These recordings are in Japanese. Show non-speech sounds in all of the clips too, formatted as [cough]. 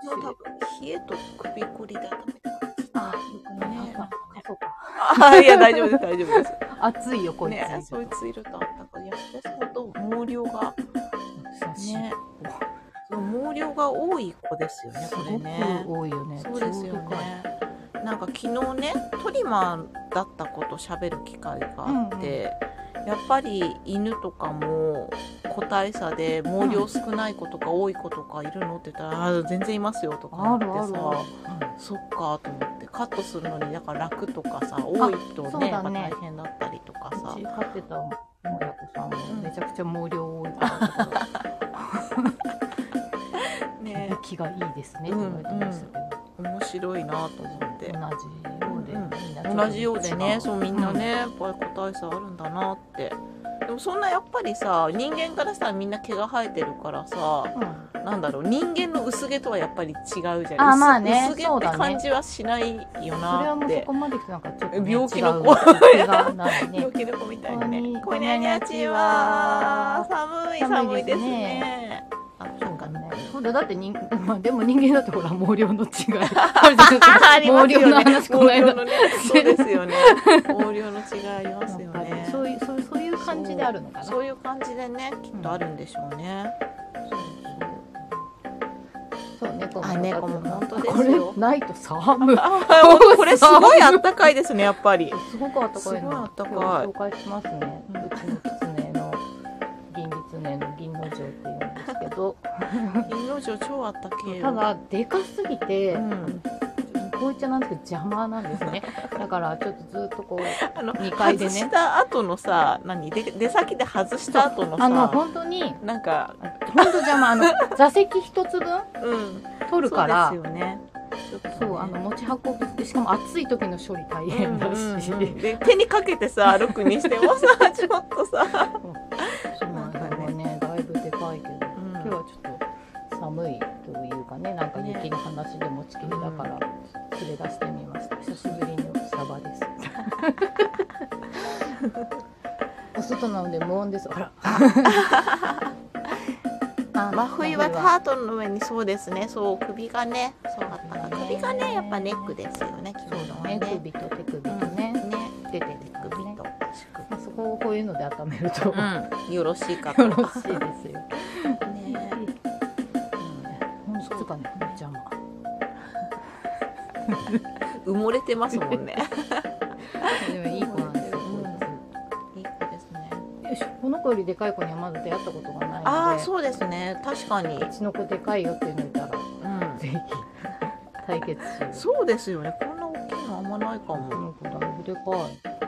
多分冷えと首こりで温めてます。あ横にねねあそうかあいや大丈夫です大丈夫です。暑いよこいつ、ねそういうツイルとあったから安田さんと毛量がねその毛量が多い子ですよねすこごれくね。多いよねそうですよね。なんか昨日ねトリマーだった子と喋る機会があって、やっぱり犬とかも個体差で毛量少ない子とか多い子とかいるのって言ったら「あー全然いますよ」とか言あってるあるさそっかと思ってカットするのにだから楽とかさ多いとそうねやだっぱね大変だったりとかさうち。飼ってたもやこさんもめちゃくちゃ毛量多いから [laughs] ねとか気がいいですねって言われてましたけど、面白いなと思って同じようで、うんみんなちょっと同じようで違ねそうみんなねやっぱり個体差あるんだなってでもそんなやっぱりさ人間からしたらみんな毛が生えてるからさうんなんだろう人間の薄毛とはやっぱり違うじゃないあまあね薄毛そうっだてね感じはしないよそれなはっもうそてこ。まで来てなんかちょっと、ね、病気の子 [laughs] 違う気がないね病気の子みたいなね。ここんににゃにゃちは寒い寒寒いいでですすねね。あ、そうかだねね。そうだ、だって人、まあでも人間だってほら、毛量の違い。あるじゃん毛量の話、この毛量間。のねそうですよね。毛量の違いありますよね。そういう、そういう、そういう感じであるのかな。そういう感じでねきっとあるんでしょうね、そう、猫も。あ猫も本当ですこれよ、ないと寒い。あこれすごいあったかいですねやっぱりすごく暖かいすごいの暖。かい今日紹介しますね。ううんちの狐の、銀狐の銀の城っていうんですけど、金の城超あったけよただ、でかすぎて、うんこういっちゃなんですけど邪魔なんですね。だから、ちょっとずっとこう、あの二階でね外した後のさ何で出先で外した後のさあの、本当に、なんか本当邪魔。あ [laughs] の、座席一つ分うん取るから、そうですよねちょっとねそうあの持ち運ぶってしかも暑い時の処理大変だうし、んうんうんで手にかけてさ歩くにしてもさちょっとさ、そうなんだよねだいぶでかいけど、ん今日はちょっと寒いというかねなんか雪の話で持ちきりだから連れ出してみました久しぶりのサバ [laughs] ですお外なので無音ですあら [laughs] あ真冬はタートルの上にそうですねそう首がねそうあったかい首がねやっぱネックですよね着そう物はだねね首と手首とね、ね出てる手から首ねと足首まあそこをこういうので温めると、ようん、よろしいかと。ろしいですよね本質がね、邪魔。埋もれてますもんね。でもいい子なんですよ。うんこいい子ですね。いつよいしょこの子よりでかい子にはまだ出会ったことがないので。ああ、そうですね。確かに。うちの子でかいよっていうのいたら、うん。ぜひ。対決しよう。そうですよね。こんな大きいのあんまないかこも。の子だいぶでかい。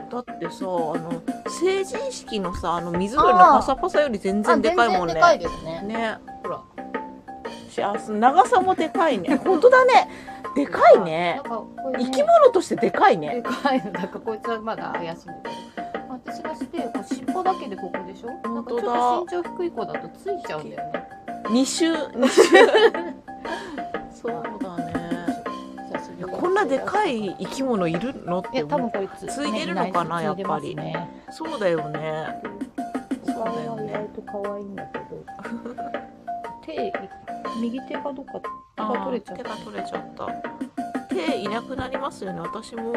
だってさ、あの成人式のさ、あの水鳥のパサパサより全然でかいもんねあ全然で。かいですね。ね、ほら。しあそ長さもでかいね。本当だね。でかいねなん。かこういう生ねき物としてでかいでね。かいの、なんかこいつはまだ怪しいんだけど。私がして、こう尻尾だけでここでしょなんかちょっと本身長低い子だとついちゃうんだよね。二周、二周。 [laughs] そうだね。久しぶりいやにこんなでかい生き物いるのっいてや多思分う。こいつついでるのかなねいいなやっぱりついでますねそうだよね。おそうだ顔よは意外ね。と可愛いんだけど手右手がどっか手が取れちゃっ手たが取れちゃった。手いなくなりますよね。私も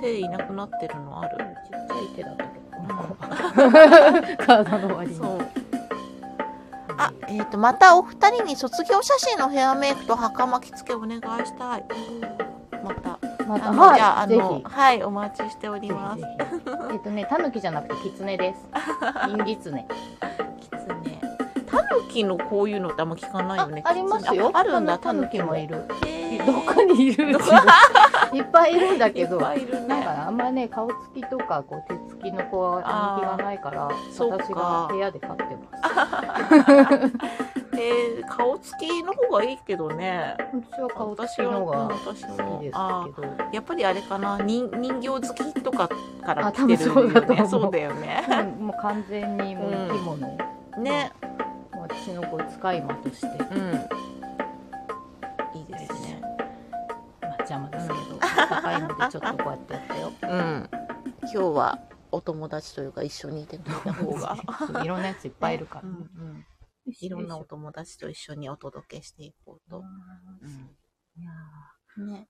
手いなくなってるのあうんる。ちっちゃい手だったけどこの子は体の [laughs] 割にそう。あ、えっ、とまたお二人に卒業写真のヘアメイクと袴着付けお願いしたい。また。またあの、じゃああはいぜのひはいお待ちしております。ぜひぜひえっとねタヌキじゃなくてキツネですインギツネきつね。タヌキのこういうのってあんま聞かないよあね。ありますよああるんだタヌキもいるへーどこに [laughs] いるうちにいっぱいいるんだけいっどぱいいるね。なんかあんまね顔つきとかこう手つきの子は人気がないからそうか私が部屋で飼ってますえー、顔つきの方がいいけどね。私は顔つきの方が好私きもですあけどーやっぱりあれかな人人形好きとかからあ来てるよ多分そうだと思ねうそうだよねうんもう完全にもう生き物、もねう私の子を使い魔として、まうんいいですねあ、邪魔ですけど高いのでちょっとこうやってやったようん今日はお友達というか一緒にいてくれた方 [laughs] がいろんなやついっぱいいるから、うんうんいろんなお友達と一緒にお届けしていこうと、うんね、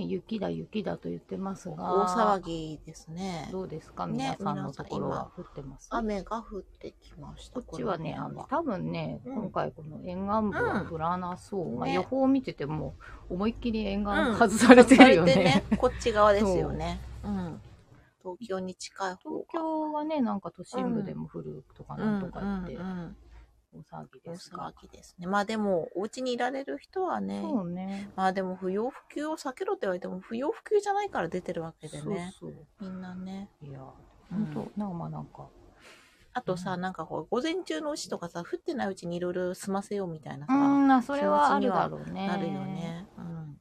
雪だ雪だと言ってますが、大騒ぎですね。どうですか、ね皆さんのところは降ってます。雨が降ってきました。こっちはね、あこのの辺は多分ね、うん今回この沿岸部は降らなそう、うんまあ、ね予報を見てても思いっきりう沿ん岸外されてるよね。それでね、 [laughs] こっち側ですよね。うん。東京に近い方が。東京はね、なんか都心部でも降るとかなんとか言って、うんうんうん大騒ぎ大ですが騒。ぎですね。まあでも、お家にいられる人はね、そうね。まあでも不要不急を避けろって言われても、不要不急じゃないから出てるわけでね。そうそう。みんなね。いや、うん本当、なんかまあなんか、あとさ、うなんかこう、午前中のうちとかさ、降ってないうちにいろいろ済ませようみたいなうさ、ん、あそれはあるだろうね。なるよ。ね。うん。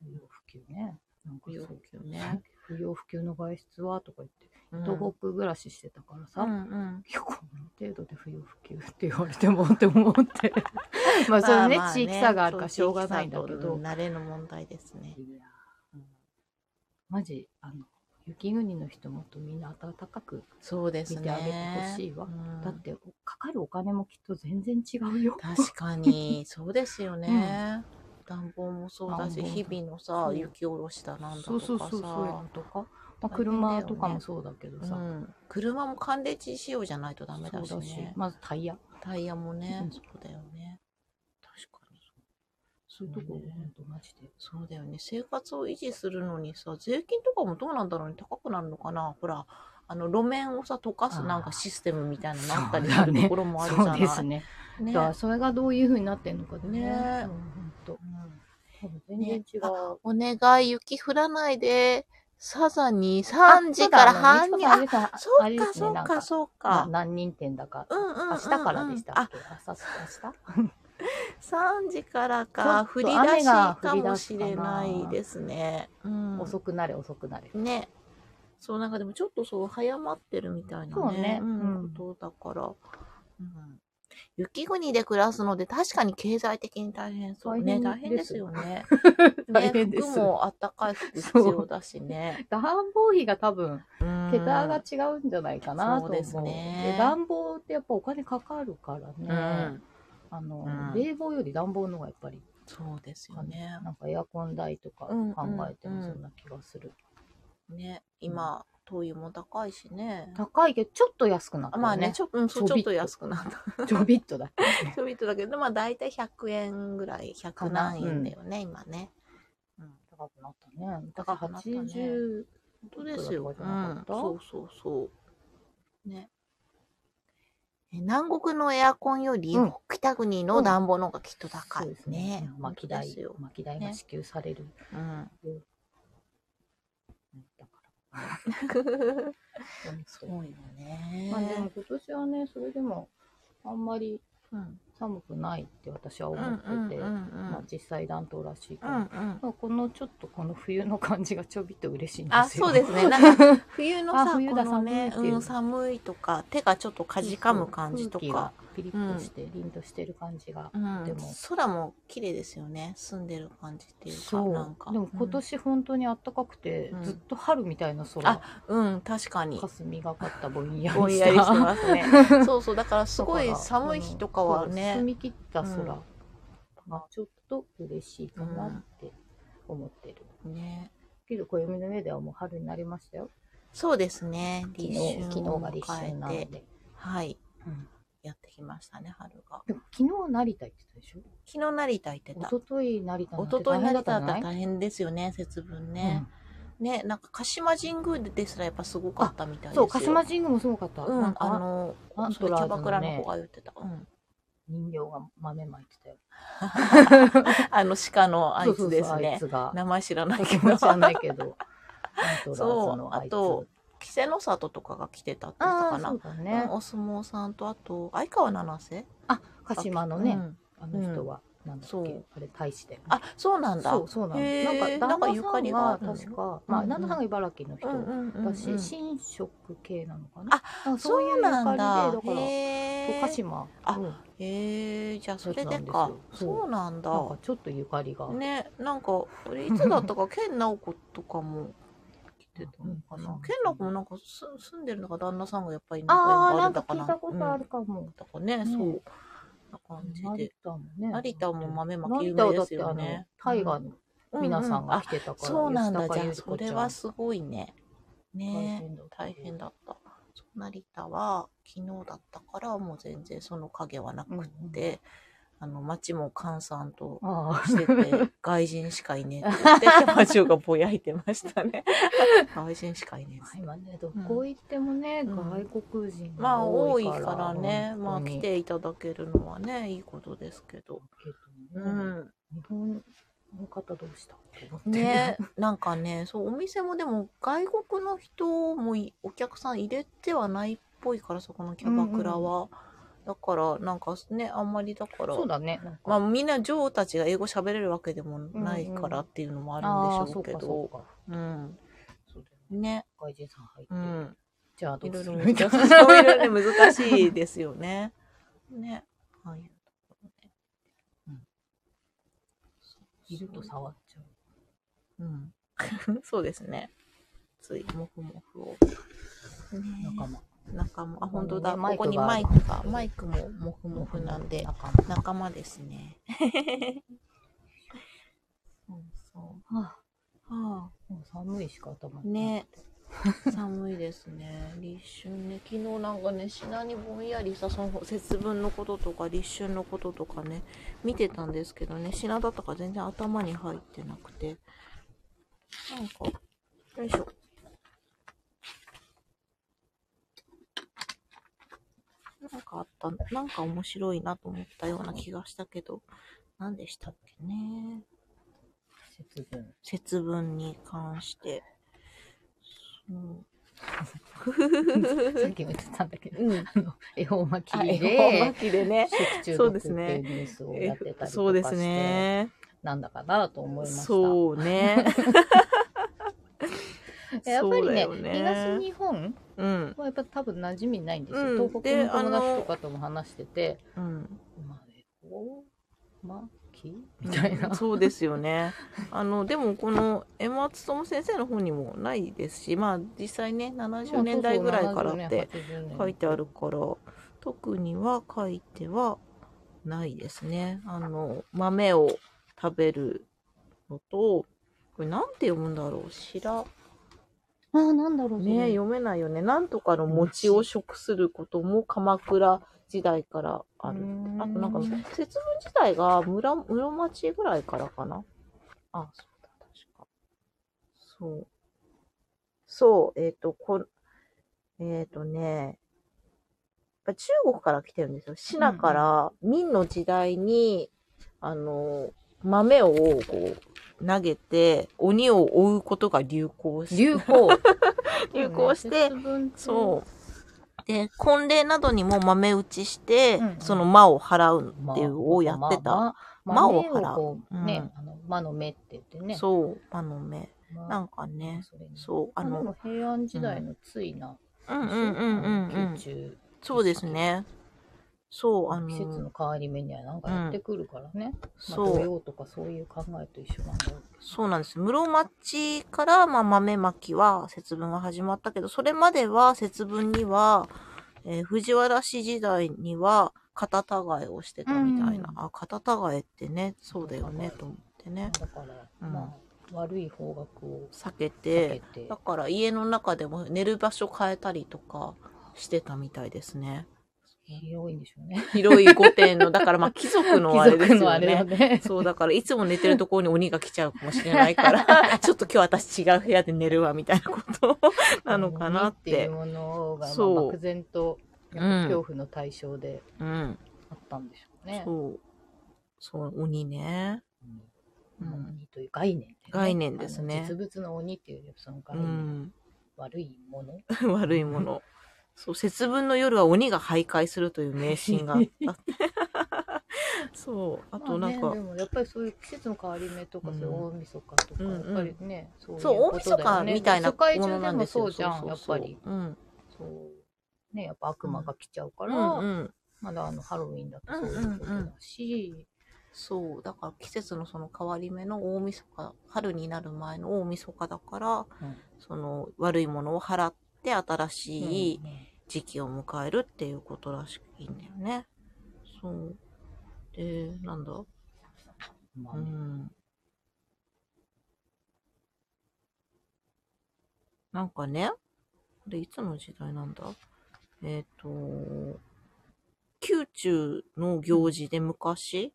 不要不急ね。なんか不要そう不急ね。不要不急の外出はとか言って、うん東北暮らししてたからさ、うんういん。やこの程度で不要不急って言われてもって思 [laughs] って。まあ、それね、まあまあ地域差があるからしょうがないんだけそう地域差とうどん。慣れの問題ですね。いや、うんマジ、あの、雪国の人もっとみんな暖かく、そうですね。見てあげてほしいわうん [laughs] だって、かかるお金もきっと全然違うよ。確かに、そうですよね。暖房もそうだし、暖房日も々のさそ、う雪下ろしだなんだそうそうとそうかそういうさの。とか、まあ、大変だよね車とかもそうだけどうさ、ん、車も寒冷地仕様じゃないとダメだしそうだしね。まずタイヤタイヤもね、うんそうだよね。確かに。そういうとこ、ねほんとマジでそうだよね。生活を維持するのにさ、税金とかもどうなんだろうね。高くなるのかなほら、あの、路面をさ、溶かすなんかシステムみたいなのあったりすそうだるねところもあるじゃそなういですねねだからそれがどういうふうになってんのかでねねえうんほんとうん多分全然違う、お願い、雪降らないで、サザに3時から半に。あ、あそあれうでか、すねそうなんかか、そうなか。何人点だか、うんうんうんうん明日からでしたっあ、け明日明日3時からちょっか、と降り出雨しがか降り出すかなもしれないですね。うん。遅くなれ遅くなれね。そう、なんかでもちょっとそう、早まってるみたいなね。そうねんうんことだから。うん雪国で暮らすので、確かに経済的に大変そうね。大大変変でですす [laughs] よね。大変ですね服もあったかい服必要だしね。暖房費が多分うん桁が違うんじゃないかなと思そう,、うですねで暖房ってやっぱお金かかるからね、うん、あの、うん冷房より暖房の方がやっぱりそうですよね。なんかエアコン代とか考えてもそんな気がする、ね、今、灯油も高いしね。高いけどちょっと安くなったよねまあ [laughs] ね、ちょ,、うん、そうちちょょびっとっと安くなった。ちょびっとだけどねちょびっとだけど、まあ大体100円ぐらい、100な何円だよね、今ね。うん、高くなったねだか高らくなったね80本当ですよ。ううんん、そうそうそう。ね。え南国のエアコンより、うん北国の暖房の方がきっと高そういですね。うん巻き代本当ですよ巻き代が支給される、うん。すだから、ごいよね。まあでも今年はねそれでもあんまりうん、寒くないって私はう思ん、うんってて、うん、うんまあ、実際暖冬らしいかうら、んうん。まあこのちょっとこの冬の感じがちょびっと嬉しいんですよあ、そうです [laughs] ね。なんか、冬のあさ、冬だこのね、寒いっていううん、寒いとか、手がちょっとかじかむ感じとそうそう空か。気がピリッとして、凛としてる感じがう、んでも、空も綺麗ですよね。住んでる感じっていうか、なんか。でも今年本当に暖かくて、うんずっと春みたいな空うん、うん、確かに。霞がかったぼんやぼんりしやたりしてますね。そうそう、だから [laughs] すごいだから寒い日とかはうんそうね澄。み切った空うんがちょっと嬉しいかなって思ってる、ね。けど暦の上ではもう春になりましたよそうですね。昨立日春昨日が立春なをの迎えでて。、はい。うんやってきましたね、春が。でも昨日成田行ってたでしょ昨日成田行ってた。一昨日成田なん一昨て大日成変だ田だったったんらじゃない大変ですよね、節分うね。んね、なんか鹿島神宮ですらやっぱすごかったみたいですそよ。う鹿島神宮もすごかった、うなんん、かあの、アンそトれラキーズのャバねクラの子が言ってた。うん、人形が豆まいてたよ [laughs] あの鹿のあいつですそうそうそうあいね。つが名前知らない気け持ど。ちはないけどアントラーズのあそうあいつと [laughs] 稀勢の里とかが来てたって言ってたかあーな。そううだねん、お相撲さんとあと相川七瀬あ鹿島のね、うんあの人は、なんだっけそうあれ大使だよねあそうなんだそうそうなのへなんーか旦な那んかゆさかんりががあるの確か、まうあんうん旦那さんが茨城の人、うんうんうんうんだし神職系なのかなあそういうゆかりなでんだだからそうへ鹿ー島あうんへーじゃあそれでそうなかんですよそうそうなんだなんかちょっとゆかりが、ねなんかあれいつだったか健直子とかも来てたのかうなん健直子もなんかす住んでるのか旦那さんがやっぱりああ仲良ーくなあんるだかかないう聞たことあるんかも、だからねねそうな感じで成田もね成田も豆まき有名成田はだでっすてあよのね大河のう皆さんが来てたから、そうなんだ吉じ高ゃあそ由里子ちれんはすごいねね大大変変だだったそう成田は昨日だったからもう全然その影はなくって、あの街も閑散 [laughs] とあしてて外人しかいねえって言って [laughs] 社長がぼやいてました [laughs] ね外人しかいねえっあつって今ねどこ行ってもね、うん外国人まあが多多いいか,、かららねまあ本当来にていただけるのはねいいことですけどけどうねん日本の方どうしたって思ってねなんかねそうお店もでも外国の人もいお客さん入れてはないっぽいからそこのキャバクラは、だからなんかねあんまりだからそうだねなんかまあみんな女王たちが英語喋れるわけでもないからっていうのもあるんでしょうけあーそうどかそううかんそうだよねね外人さん入って、うんじゃあどいろういすろる難 [laughs] みしいたいなそういうのね難しいですよねねはいいうところでうんいると触っちゃううん、 [laughs] そうですね。つい、もふもふを。仲間仲間、あ、本当だ、ここここににねママイイククがが、マイクももふもふなんで、仲間仲間です [laughs] ね。そうそはあう。はもう寒いしか頭あ、ね。寒いですね。立春ね、昨日なんかね、品にぼんやりさ、その節分のこととか、立春のこととかね、見てたんですけどね、品だったから全然頭に入ってなくて。なんか、よいしょ。なんかあった、なんか面白いなと思ったような気がしたけど、何でしたっけね。節分節分に関して。うん。さっきも言ってたんだけどうん。あの [laughs] 恵方巻あ、き恵で方巻きでね。食中そう毒でってすいねうニュースをやってたりとかしてそうですね。なんだかなと思いましたそう [laughs] ね。やっぱりそうだねよね東日本うん。はやっぱ多分馴染みないんですよ、うん東北での友あ達のとかとも話しててうん。 「まあ恵方巻き?」みたいな、そうですよね。あの、でもこの江松智先生の方にもないですし、まあ実際ね、70年代ぐらいからって書いてあるから、特には書いてはないですね。あの、豆を食べるのと、これなんて読むんだろう白ああなんだろうね読めないよね。なんとかの餅を食することも鎌倉時代からある。あとなんか、節分自体が村、室町ぐらいからかな。あ、そうだ、確か。そう。そう、えっ、と、こ、えっ、とね、やっぱ中国から来てるんですよ。シナから、明の時代に、あの、豆をこう、投げて、鬼を追うことが流行し、 [laughs] 流行流行して、そう。で、婚礼などにも豆打ちして、うんうんその魔を払うっていうをやってた。まあまあ魔魔をを払うこうね、うんあの魔の目って言ってねそう、魔の目。まあなんかね、それにそう、ああのの、平安時代のついな、うんうんうんうんうん宮。中そうですね。そう、あ季節の、の変わり目にはなんかやってくるからね、まあ、そ土う、曜とかそういう考えと一緒なんだろうけどそうなんです。室町から、まあ、豆まきは、節分は始まったけど、それまでは、節分には、えー藤原氏時代には、肩たがえをしてたみたいな。うんあ、肩たがえってね、そうだよね、と思ってね。だから、うんまあ悪い方角を避けて避、けてだから家の中でも寝る場所変えたりとかしてたみたいですね。広いんでしょうね広い御殿の、だからまあ貴族 [laughs] のあれです貴族のよあれだね。ねそうだからいつも寝てるところに鬼が来ちゃうかもしれない [laughs] から、ちょっと今日私違う部屋で寝るわみたいなこと [laughs] なのかなっ鬼っていてう。ものが、まあ、そう漠然とやっぱ恐怖の対象でうん。あったんでしょうね、そう。そう、鬼ね。うんうまあん。鬼という概念ってね、概念ですねあの実物の鬼っていうよりはその概う念、ん、悪いもの [laughs] 悪いもの。そう、節分の夜は鬼が徘徊するという迷信があった。 [laughs] そう。あとなんまかあね、、でもやっぱりそういう季節の変わり目とか、うんそういう大晦日とか、うんやっうんぱりね、そういうそう、大こと晦だよ日ねみたいな世界もの中なんでもですよ。そうじゃん、そやうっそうぱそうり。うん。そう。ね、やっぱ悪魔が来ちゃうかうら、んうん。まだあのハロウィンだとそういうことだし、そう、だから季節のその変わり目の大晦日、春になる前の大晦日だから、うんその悪いものを払って新しいうんうん時期を迎えるっていうことらしいんだよね。そう。で、なんだまあうねん。なんかね、これいつの時代なんだえっ、と、宮中の行事で昔、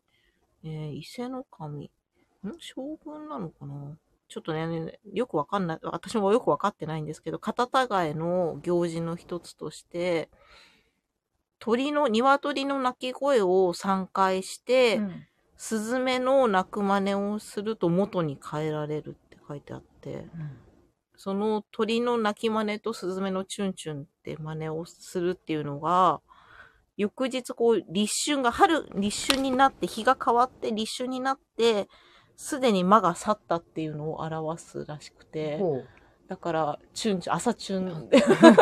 えー伊勢の神、ん将軍なのかなちょっとね、よくわかんない、私もよくわかってないんですけど、肩たがえの行事の一つとして、鳥の、鶏の鳴き声を3回して、うんスズメの鳴く真似をすると元に変えられるって書いてあって、その鳥の鳴き真似とスズメのチュンチュンって真似をするっていうのが、翌日こう立春が春、立春になって日が変わって立春になって、すでに間が去ったっていうのを表すらしくて、ほうだから、チュンチュン、朝チュン [laughs] で、鶏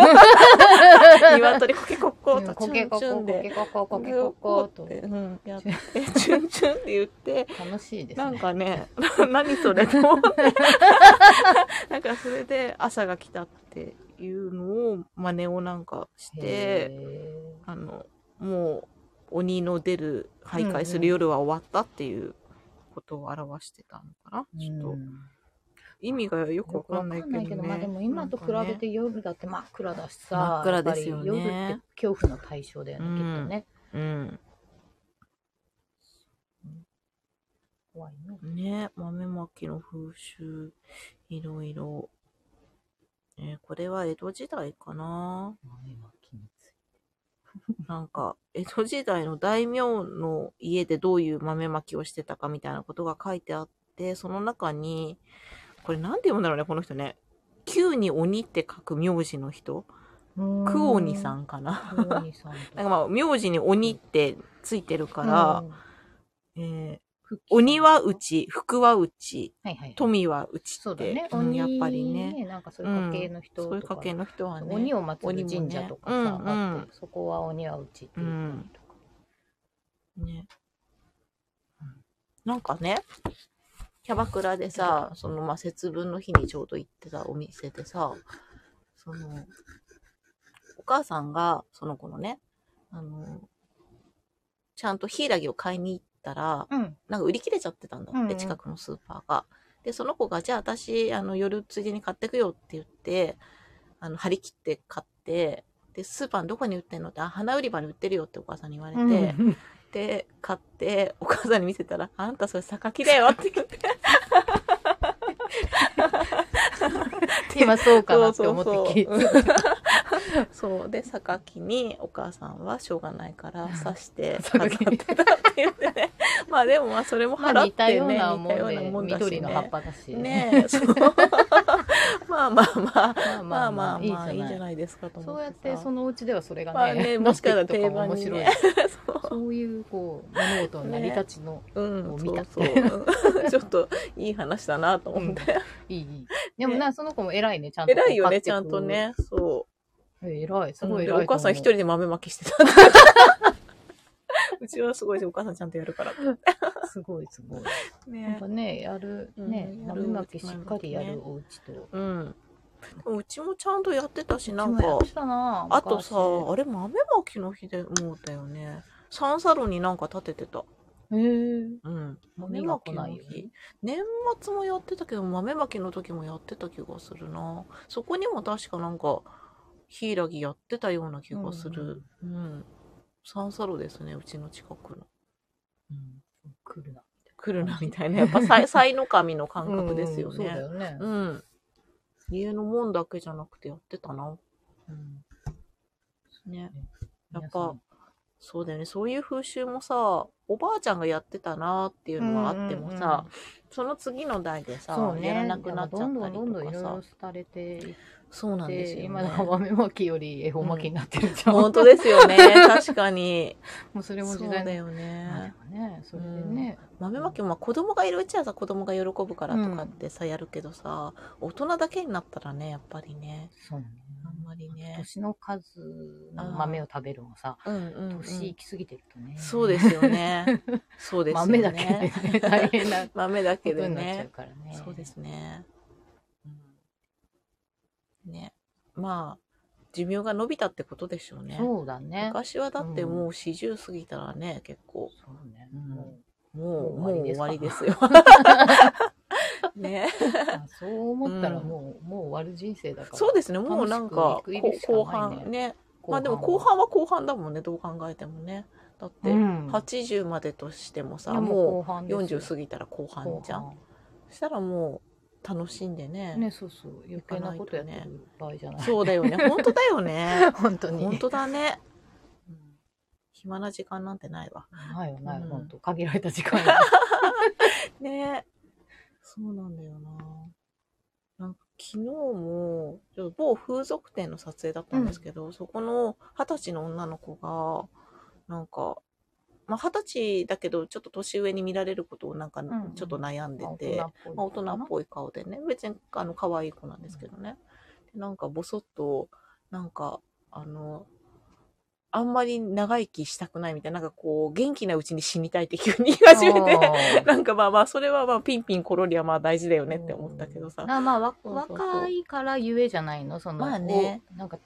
コケコッコーとチコケュンコチュコンコケで、コココケココとって、うん、やって、チュンチュンって言って、楽しいですね。なんかね、 [laughs] 何そ [laughs] れと思って。なんかそれで朝が来たっていうのを真似をなんかして、へあの、もう鬼の出る、徘徊する夜は終わったっていうことを表してたのかな。ー、ちょっうとん意味がよくよわくかわかんんなないいけど、ね。けど、まあでも今と比べて夜だって真っ暗だしさ、真っ暗ですよねやっぱり夜って恐怖の対象だよね、うんきっとね。なんかね。怖いね。うん。ね、豆まきの風習、いろいろ。えーこれは江戸時代かな。豆まきについてなんか、江戸時代の大名の家でどういう豆まきをしてたかみたいなことが書いてあって、その中に、これなんて読むんだろうね、この人ね。旧に鬼って書く名字の人。クオニさ。んかな。クオニさんと。なんかまあ、名字に鬼ってついてるから、うん、えー鬼はう内、福は内、はいはい、富は内そうっだて、ね。うん鬼やっぱりね。。なんかそういう家系の人とそうか、いう家系の人はね。鬼を祭る神社とかさ、鬼もねうんうんあってそこは鬼はうちっていううんね。なんかね、キャバクラでさ、そのまあ節分の日にちょうど行ってたお店でさ、その、お母さんが、その子のね、あの、ちゃんとヒイラギを買いに行ったら、うん。うん。なんか売り切れちゃってたんだうっんうて、ん近くのスーパーが。で、その子が、じゃあ私、あの、夜ついでに買ってくよって言って、あの、張り切って買って、で、スーパーのどこに売ってんのって、あ、花売り場に売ってるよってお母さんに言われて、うんで、買って、お母さんに見せたら、あんたそれ榊だよって言って、今そうかなって思って聞いて。 [laughs] そうそうで、榊にお母さんはしょうがないから刺して飾って榊たって言ってね。 [laughs] まあでもまあそれもまあ払っ似たてね、ようなもん似たで、ようなもんだしね緑の葉っぱだし。ねえ、そう。 [laughs] まあまあまあ、まあまあまあいいじまあ、いいじゃゃない。ないですかと思そうってやさ。ってそのうちではそれがね,、まあね、もしかしたら定番面に白い、ね。そういうこう物事の成り立ちのうん、見た [laughs] そうそう。 [laughs] ちょっといい話だなと思って。いい、いいでもな、その子も偉いねちゃんとこう偉いよ買ね、ってちくゃんとね。そう。え偉いすごい偉いでと思うお母さん一人で豆まきしてた。 [laughs] うちはすごいし、お母さんちゃんとやるから。すごいすごいやっねぱ。ねやるねうん豆まきしっかりやるお家とうん。でもうちもちゃんとやってたし、なんうちもかやっ、てたなあとさ、昔あれ豆まきの日でもうだよね。三サロンになんか立ててた。へえうん。豆が来ないよね年末もやってたけど、豆まきの時もやってた気がするな。そこにも確かなんか、ヒイラギやってたような気がする。うん。三サロですね、うちの近くの。うん来るな来るなみたいな、やっぱ [laughs] 才才の神の感覚ですようんそうだね。よねうん、家の門だけじゃなくてやってたな。うんね。や皆っさぱ、んそうだよね。そういう風習もさ、おばあちゃんがやってたなっていうのはあってもさ、うんうんうんその次の代でさ、そうね、やらなくなっちゃったりどんどんどんどんとかいろいさろ。廃れていっそうなんですて、よ、ね。今の豆まきより恵方巻きになってるじゃん。本当ですよね。確か [laughs] に。もうそれもそ時う代だの。よまあでね。もね、それでね、豆まきもまあ子供がいるうちはさ、子供が喜ぶからとかってさ、やるけどさ、大人だけになったらね、やっぱりね。そうね。あんまりね。年の数の豆を食べるもさ、うんうんうん年行き過ぎてるとね。そうですよね。 [laughs] そうですよね。豆だけでね、大変なこ豆だとけでになっちゃうね。からね。そうですね。うんね。まあ、寿命が伸びたってことでしょうね。そうだね。昔はだってもう四十過ぎたらね、結構、そうね。うんももう、もうもう終終わわりりでです [laughs] すよ。ね。あそう思ったらもう、もう終わる人生だから。そうですねもうなんか楽しく生きるしかこ後ないね半ね後まあでも後半は後半だもんねどう考えてもねだってうん80までとしてもさ、いやも後半うですよ40過ぎたら後半じゃん後そしたらもう楽しんでね半ね、そうそう。余計なことやってる場合じゃない。そうだよ [laughs] ね本当だよね本当に。本当だねうん暇な時間なんてないわないよない、うん本当限られた時間にねそうなんだよななんか昨日もちょっと某風俗店の撮影だったんですけど、そこの二十歳の女の子がなんかまあ二十歳だけどちょっと年上に見られることをなんかんうんちょっと悩んで [laughs] て、まあ、大大人っぽい顔でね別にあの可愛い子なんですけどね、でなんかぼそっとなんかあのあんまり長生きしたくないみたいななんかこう元気なうちに死にたいって急に言い始めてて [laughs] なんかまあまあそれはまあピンピンコロリはまあ大事だよねって思ったけどさ、まあまあわそうそうそう若いからゆえじゃないのその、まあねこうなんか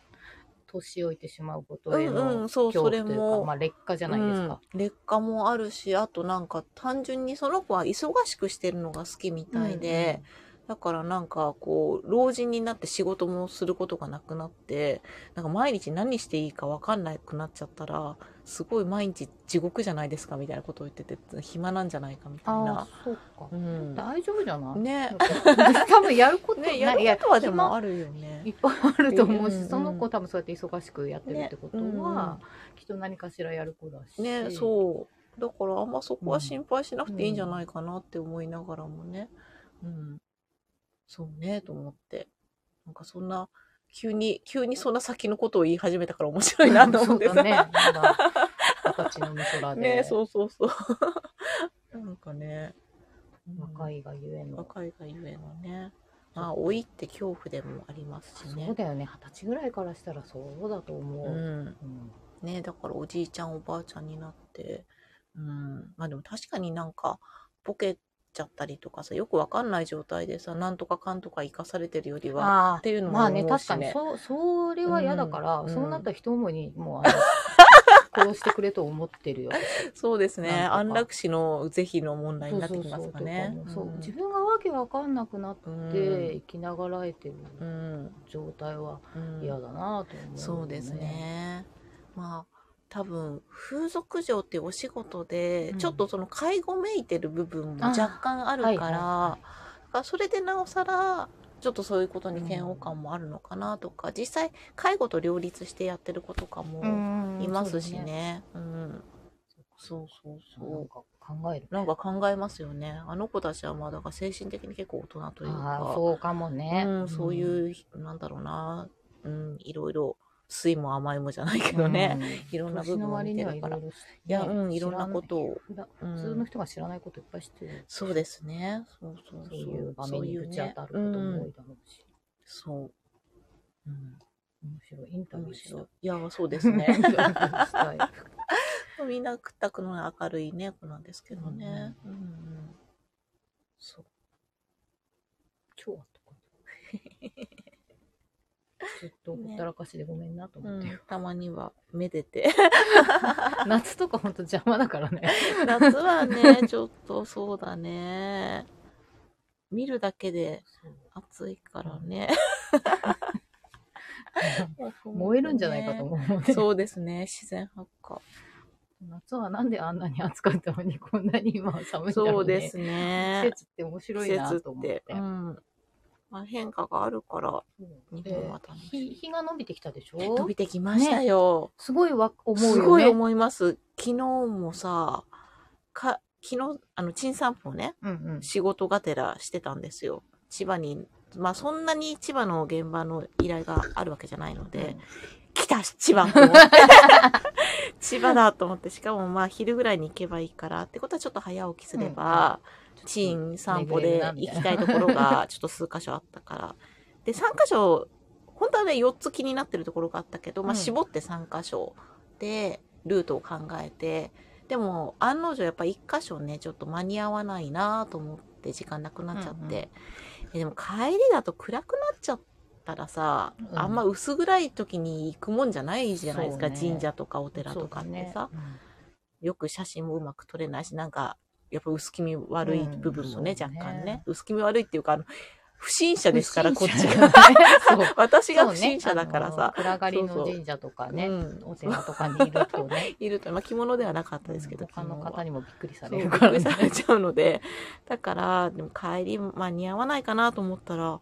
年老いてしまうことうへんのうんそう恐そ怖とれいうか、もまあ、劣化じゃないですか、うん劣化もあるしあとなんか単純にその子は忙しくしてるのが好きみたいで、だからなんかこう老人になって仕事もすることがなくなってなんか毎日何していいか分かんなくなっちゃったらすごい毎日地獄じゃないですかみたいなことを言ってて暇なんじゃないかみたいうん、ああな。そうか、うん、大丈夫じゃない、ね [laughs] 多分やることねなやいることはでもいやあるよね暇い。っぱいあると思うし、うんうんその子多分そうやって忙しくやってるってことは、ねうんきっと何かしらやる子だしねそうだからあんまそこは心配しなくていいんじゃないかなって思いながらもねうん、そうねと思ってなんかそんな急に急にそんな先のことを言い始めたから面白いなと思ってそうさ [laughs] だねまだ二十歳の美空で、ねそうそうそう [laughs] なんかね若いいがゆえの若いがゆえのねまあ老いって恐怖でもありますしそうねだよね二十歳ぐらいからしたらそうだと思う、うんうんねだからおじいちゃんおばあちゃんになってうんまあでも確かになんかボケちゃったりとかさよくわかんない状態でさなんとかかんとか生かされてるよりはあーっていうのもまあね思う確しかにねそうそれは嫌だから、うんそうなったら一思いにもうあの [laughs] 殺してくれと思ってるよそうですねなんとか安楽死の是非の問題そにうなっそてうきまそすうかねそう、うん自分がわけわかんなくなってうん生きながらえてるうん状態はうん嫌だなと思うよ、そうですね。まあ多分風俗嬢っていうお仕事で、うんちょっとその介護めいてる部分もあー若干あるはいかはいら、はだからそれでなおさらちょっとそういうことに嫌悪感もあるのかなとか、実際介護と両立してやってる子とかもんいますしね,、そううんだそうそうなんそか考えるうなんか考えますよねあの子たちはまあだから精神的に結構大人というああかそうかもね、うん、そういう、なんだろうな、うん、いろいろ、酸いも甘いもじゃないけどね。うんいろんな部分を見てるから年の割にはいろいろいやうんねいろんなことを知らないうん普通の人が知らないこといっぱい知ってる、そうですね。そうそうそうそう。いう場そ面うにいうぶち当たることねもう多んいだろうし、そう。うん、面白いインタビュー面し白たいい。。いや、 [laughs] そうですね [laughs] インタビューしたいみんなくったくの明るいね、子なんですけどね。うん、うん。そう。今日はとかずっとほったらかしでごめんなとう思って、ん、たまには、めでて。 [laughs] 夏とかほんと邪魔だからね夏はね、ちょっとそうだね。見るだけで暑いからね。燃えるんじゃないかと思う、ね、そうですね、自然発火。夏はなんであんなに暑かったのにこんなに今は寒いんだろう、ね、そうです季ね。節って面白いなと思って季節うんまあ、変化があるからうん日本は楽しいで日日が伸びてきたでし伸ょびてきましたよ。すごいわ思うよねすごい思います。昨日もさ、か昨日、あの、チン散歩をね、うんうん仕事がてらしてたんですよ。千葉に、まあそんなに千葉の現場の依頼があるわけじゃないので、来た千葉と思って。 [laughs] 千葉だと思って、しかもまあ昼ぐらいに行けばいいからってことはちょっと早起きすれば、チン散歩で行きたいところ [laughs] がちょっと数箇所あったから。で、3箇所、本当はね、4つ気になってるところがあったけど、まうあん絞って3箇所でルートを考えて、でも案の定やっぱ1箇所ね、ちょっと間に合わないなと思って時間なくなっちゃって、うんうんえでも帰りだと暗くなっちゃったらさ、うんあんま薄暗い時に行くもんじゃないじゃないですか、そうね神社とかお寺とかってそうださ、ねよく写真もうまく撮れないしなんかやっぱ薄気味悪い部分もね,、うんそう若ね干ね薄気味悪いっていうかあの不審者ですから、こっちが。が。そう私が [laughs] そう不ね審者だからあのさ。暗がりそうのそう神社とかね、うんお寺とかにいるとねいると、まあ、着物ではなかったですけど、他の着物は方にもびっくりさそうれびっるかくらりされね。ちゃうので、だから、でも帰り間に合わないかなと思ったら、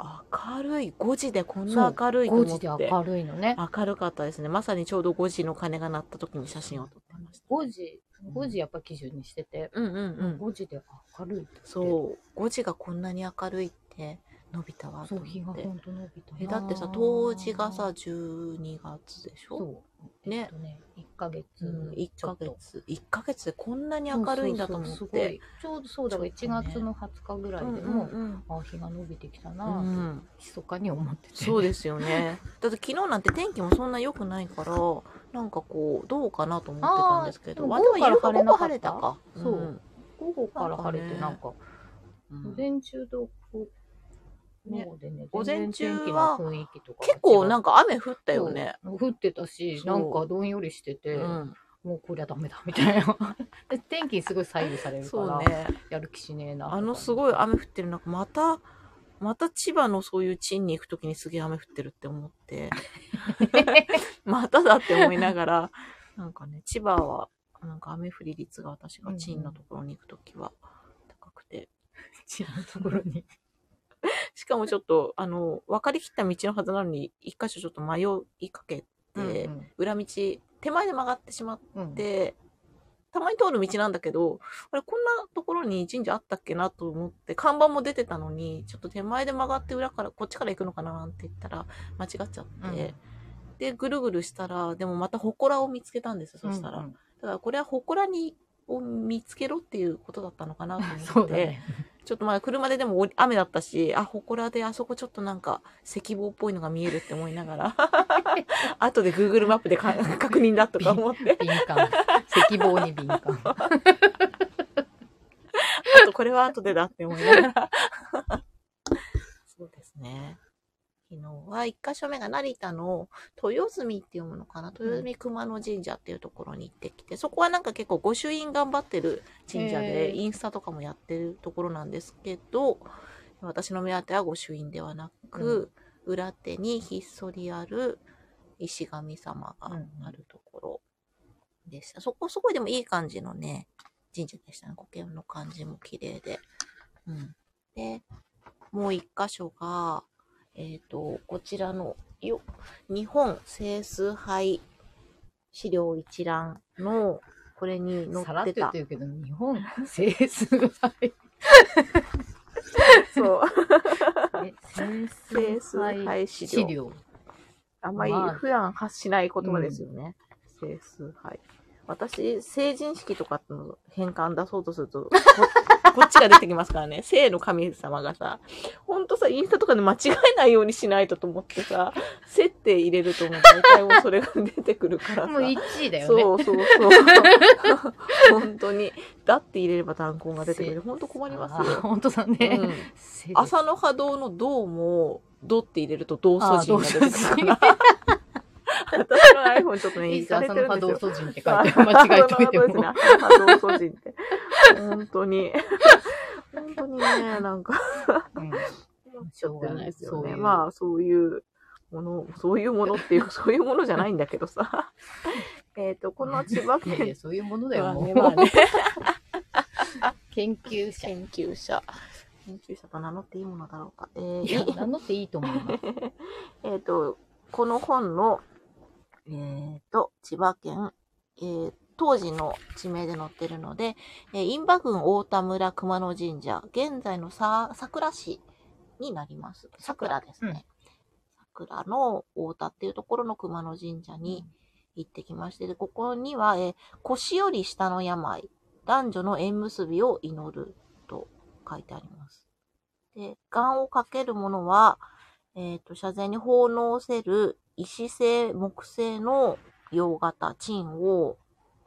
明るい、5時でこんな明るいと5思っ時でて。明るいのね。明るかったですね。まさにちょうど5時の鐘が鳴った時に写真を撮ってました。 5時、5時やっぱ基準にしてて、うんうんうん。 5時で明るいって。そう、5時がこんなに明るいって、のびたわとそう、思日がって。本当伸びたな。え、だってさ、当時がさ、、12月でしょそう。ねえっとね、1ヶ月うん、1ちょヶっと。月。1ヶ月でこんなに明るいんだと思っそうそうそうすごてい。ちょうどそうだから1ちょっとね月の20日ぐらういんでうも、んあ日が伸びてきたうな、ん。うとん密かに思ってて。そうですよね。だって昨日なんて天気もそんな良くないから、なんかこう、どうかなと思ってたんですけど、あーわでもでも午後から昼間晴晴れれなたかか。た午後から晴れてなんかうん。午前中とこう、ね午後でね、午前中は全然天気の雰囲気とか結構なんかか雨降ったよね。。そう降ってたし、そうなんかどんよりしてて、うん、もうこりゃダメだみたいな。 [laughs] で天気にすごい左右されるかそうら、ね。やる気しねえなとかあのすごい [laughs] 雨降ってる中、また、また千葉のそういう地に行くときにすげえ雨降ってるって思って、 [laughs] まただって思いながら、 [laughs] なんかね、千葉は、なんか雨降り率が私が地のところに行くときは高くて、違うところに。しかもちょっと、あの、分かりきった道のはずなのに、一箇所ちょっと迷いかけて、うん裏道、手前で曲がってしまっうんでたまに通る道なんだけど、あれ、こんなところに神社あったっけなと思って、看板も出てたのに、ちょっと手前で曲がって裏から、こっちから行くのかなって言ったら、間違っちゃって、で、ぐるぐるしたら、でもまた祠を見つけたんですよ、そしたら。うんだから、これは祠に、を見つけろっていうことだったのかなと思って、 [laughs] そうだね。ちょっとまあ車ででも雨だったし、あ、祠であそこちょっとなんか石棒っぽいのが見えるって思いなが [laughs] ら、後で Google マップでか確認だとか思って、敏感。赤棒に敏 [laughs] 感。あとこれは後でだって思いながら。そうですね。昨日は一箇所目が成田の豊住っていうものかな。豊住熊野神社っていうところに行ってきて、そこはなんか結構御朱印頑張ってる神社へで、ーインスタとかもやってるところなんですけど、私の目当ては御朱印ではなく、裏手にひっそりある石神様があるところでした。そこすごいでもいい感じのね、神社でしたね。苔の感じも綺麗で。うん、で、もう一箇所が、えっ、と、こちらの、よ、日本清数杯資料一覧の、これに載さらっっとて言ったて。るけど、日本清数杯。そう。 [laughs] え清清 [laughs] 数杯杯資料。資料。あんまりまあ普段発しない言葉ですよね。清数杯。私、成人式とかの変換出そうとする [laughs] と、ここっちが出てきますからね。生の神様がさ、ほんとさ、インスタとかで間違えないようにしないとと思ってさ、設定入れると思う。大体もうそれが出てくるからさ。もう1位だよね。そうそうそう。 [laughs] 本当に。だって入れれば単行が出てくる。本当困りますあよ。本当だうね。ん、せ朝の波動の銅も、銅って入れると銅素人が出てくるから。私の iPhone ちょっとね、いいいさかれ朝てのるんで波す動よ。素人 [laughs] って書いてる間違えといてそうも。ですね朝の波動素人って。本当に。本当にね、なんか、うんしょうがないですよね。ままあ、そういうもの、そういうものって [laughs] いうか、そういうものじゃないんだけどさ。えっと、この千葉あ、いやい県や、そういう [laughs] ものだよ、もまあねまうあ。ね研究 [laughs] 者。い研究者。研究者と名乗っていいものだろうか。えーや、名乗っていいと思うな。 [laughs] えっ、と、この本の、えーと、千葉県、えー当時の地名で載ってるので、えー、印旛郡大田村熊野神社、現在のさ桜市になります。桜ですね。桜の大田っていうところの熊野神社に行ってきまして、でここには、えー腰より下の病、男女の縁結びを祈ると書いてあります。で、願をかけるものは、えっ、と、社前に奉納せる石製、木製の洋型、ンを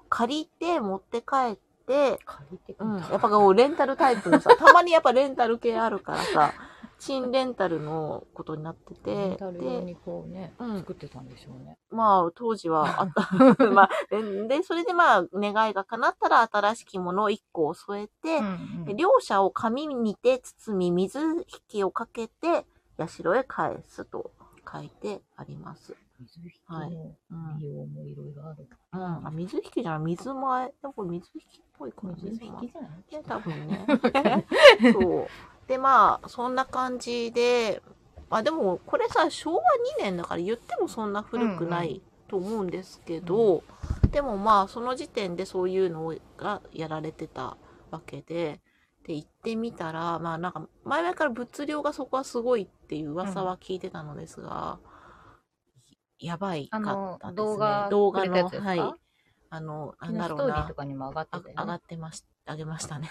借りて持って帰って、借りてくうんん、だ [laughs] やっぱこうレンタルタイプのさ、たまにやっぱレンタル系あるからさ、新レンタルのことになってレンてタル用でにこうね、うん作ってたんでしょうね。まあ当時はあ [laughs] った、 [laughs] まあ、ででそれでまあ願いが叶ったら新しきものを1個を添えて、うんうでん両者を紙にて包み水引きをかけて社へ返すと書いてあります。水引きはのうん利用もいろいろある。うん、あ水引きじゃない水前でもこれ水引きっぽいかな水引きじゃないね、多分ね。 [laughs] そう。で、まあ、そんな感じで、まあでも、これさ、昭和2年だから言ってもそんな古くないと思うんですけど、でもまあ、その時点でそういうのがやられてたわけで、で、行ってみたら、まあなんか、前々から物量がそこはすごいっていう噂は聞いてたのですが、やばいかったですあのね。動画動画くれたやの、つですかはい。あの、な昨ん日だスろトうーリーなと。かにも上がってあて、上がってまし、あげました [laughs] ね。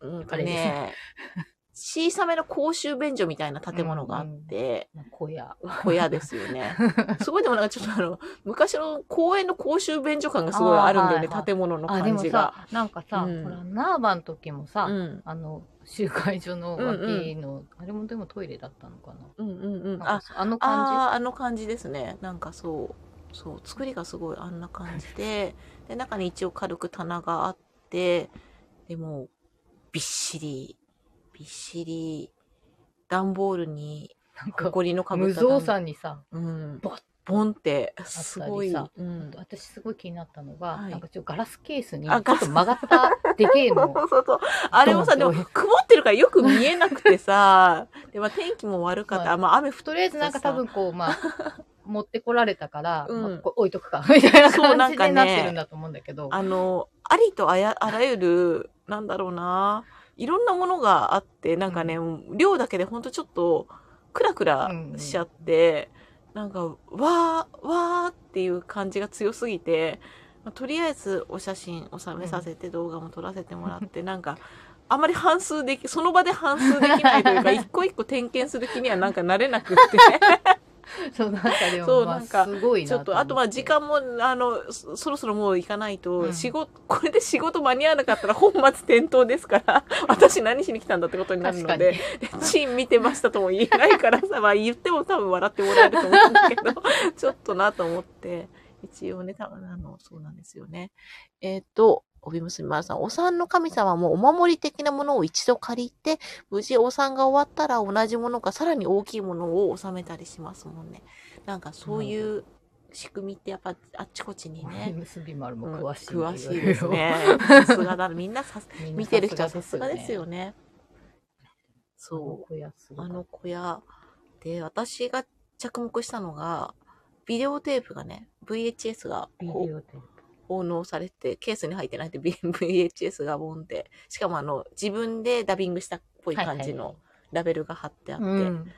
うんとあれですね、小さめの公衆便所みたいな建物があって、まあ小屋。小屋ですよ [laughs] ね。すごいでもなんかちょっとあの、昔の公園の公衆便所感がすごいあるんだよね、あーはいはい建物のあ、で感もじが。さ、なんかさ、うんほら、ナーバの時もさ、うん。あの、集会所の脇の、あれもでもトイレだったのかうんうんうな。ん。なんあか、あの感あーあの感じですね。なんかそう、そう、作りがすごいあんな感じで、で、中に一応軽く棚があって、でもう、びっしり、びっしり、段ボールにじ。なんか、誇りのかぶ無った造作にさ、うんボッボンってすごいあっうん私すごい気になったのが、はいなんかちょっとガラスケースにちょあっとガラス曲がったでけえそのう [laughs] そうそうあれもさでどもうぞ曇ってるからよく見えなくてさでまあ天気も悪かった、まああまあ、雨降っとりあえずなんか多分こう、まあ、持ってこられたから、うんまあここ置いとくか、 [laughs] みたいなそうなん感じかねになってるんだと思うんだけど。あのありとあやあらゆるなんだろうないろんなものがあってなんかね、量だけでほんとちょっとクラクラしちゃって、なんかわーわーっていう感じが強すぎて、まあとりあえずお写真収めさせて動画も撮らせてもらって、なんかあまり反数できその場で反数できないというか一個一個点検する気にはなんかなれなくって。そう、なんかでも、そうまあなんかすごいなちょっと、あとまあ時思っ間も、あの、そそろそろもう行かないと、うん仕事、これで仕事間に合わなかったら本末転倒ですから、 [laughs] 私何しに来たんだってことになるの確かで、で [laughs] チーム見てましたとも言えないからさ、まあ言っても多分笑ってもらえると思うんだけ [laughs] ど、ちょっとなと思って、一応ね、多分あの、そうなんですよね。えっ、と、帯結び丸さん、お産の神様もお守り的なものを一度借りて、無事お産が終わったら同じものか、さらに大きいものを納めたりしますもんね。なんかそういう仕組みってやっぱあっちこっちに [laughs] ね。結び丸もうん詳しい、詳しいです。ね。さすがだ。みんなさすみんな見てる人はさすがですよ。ね。そ小屋すう。ごいあの小屋で、私が着目したのが、ビデオテープがね、VHS がビこうデオテープ奉納されて、ケースに入ってないって [laughs] V- VHS がボンって、しかもあの、自分でダビングしたっぽい感じはいのラベルが貼ってあって、はいはい [laughs] うん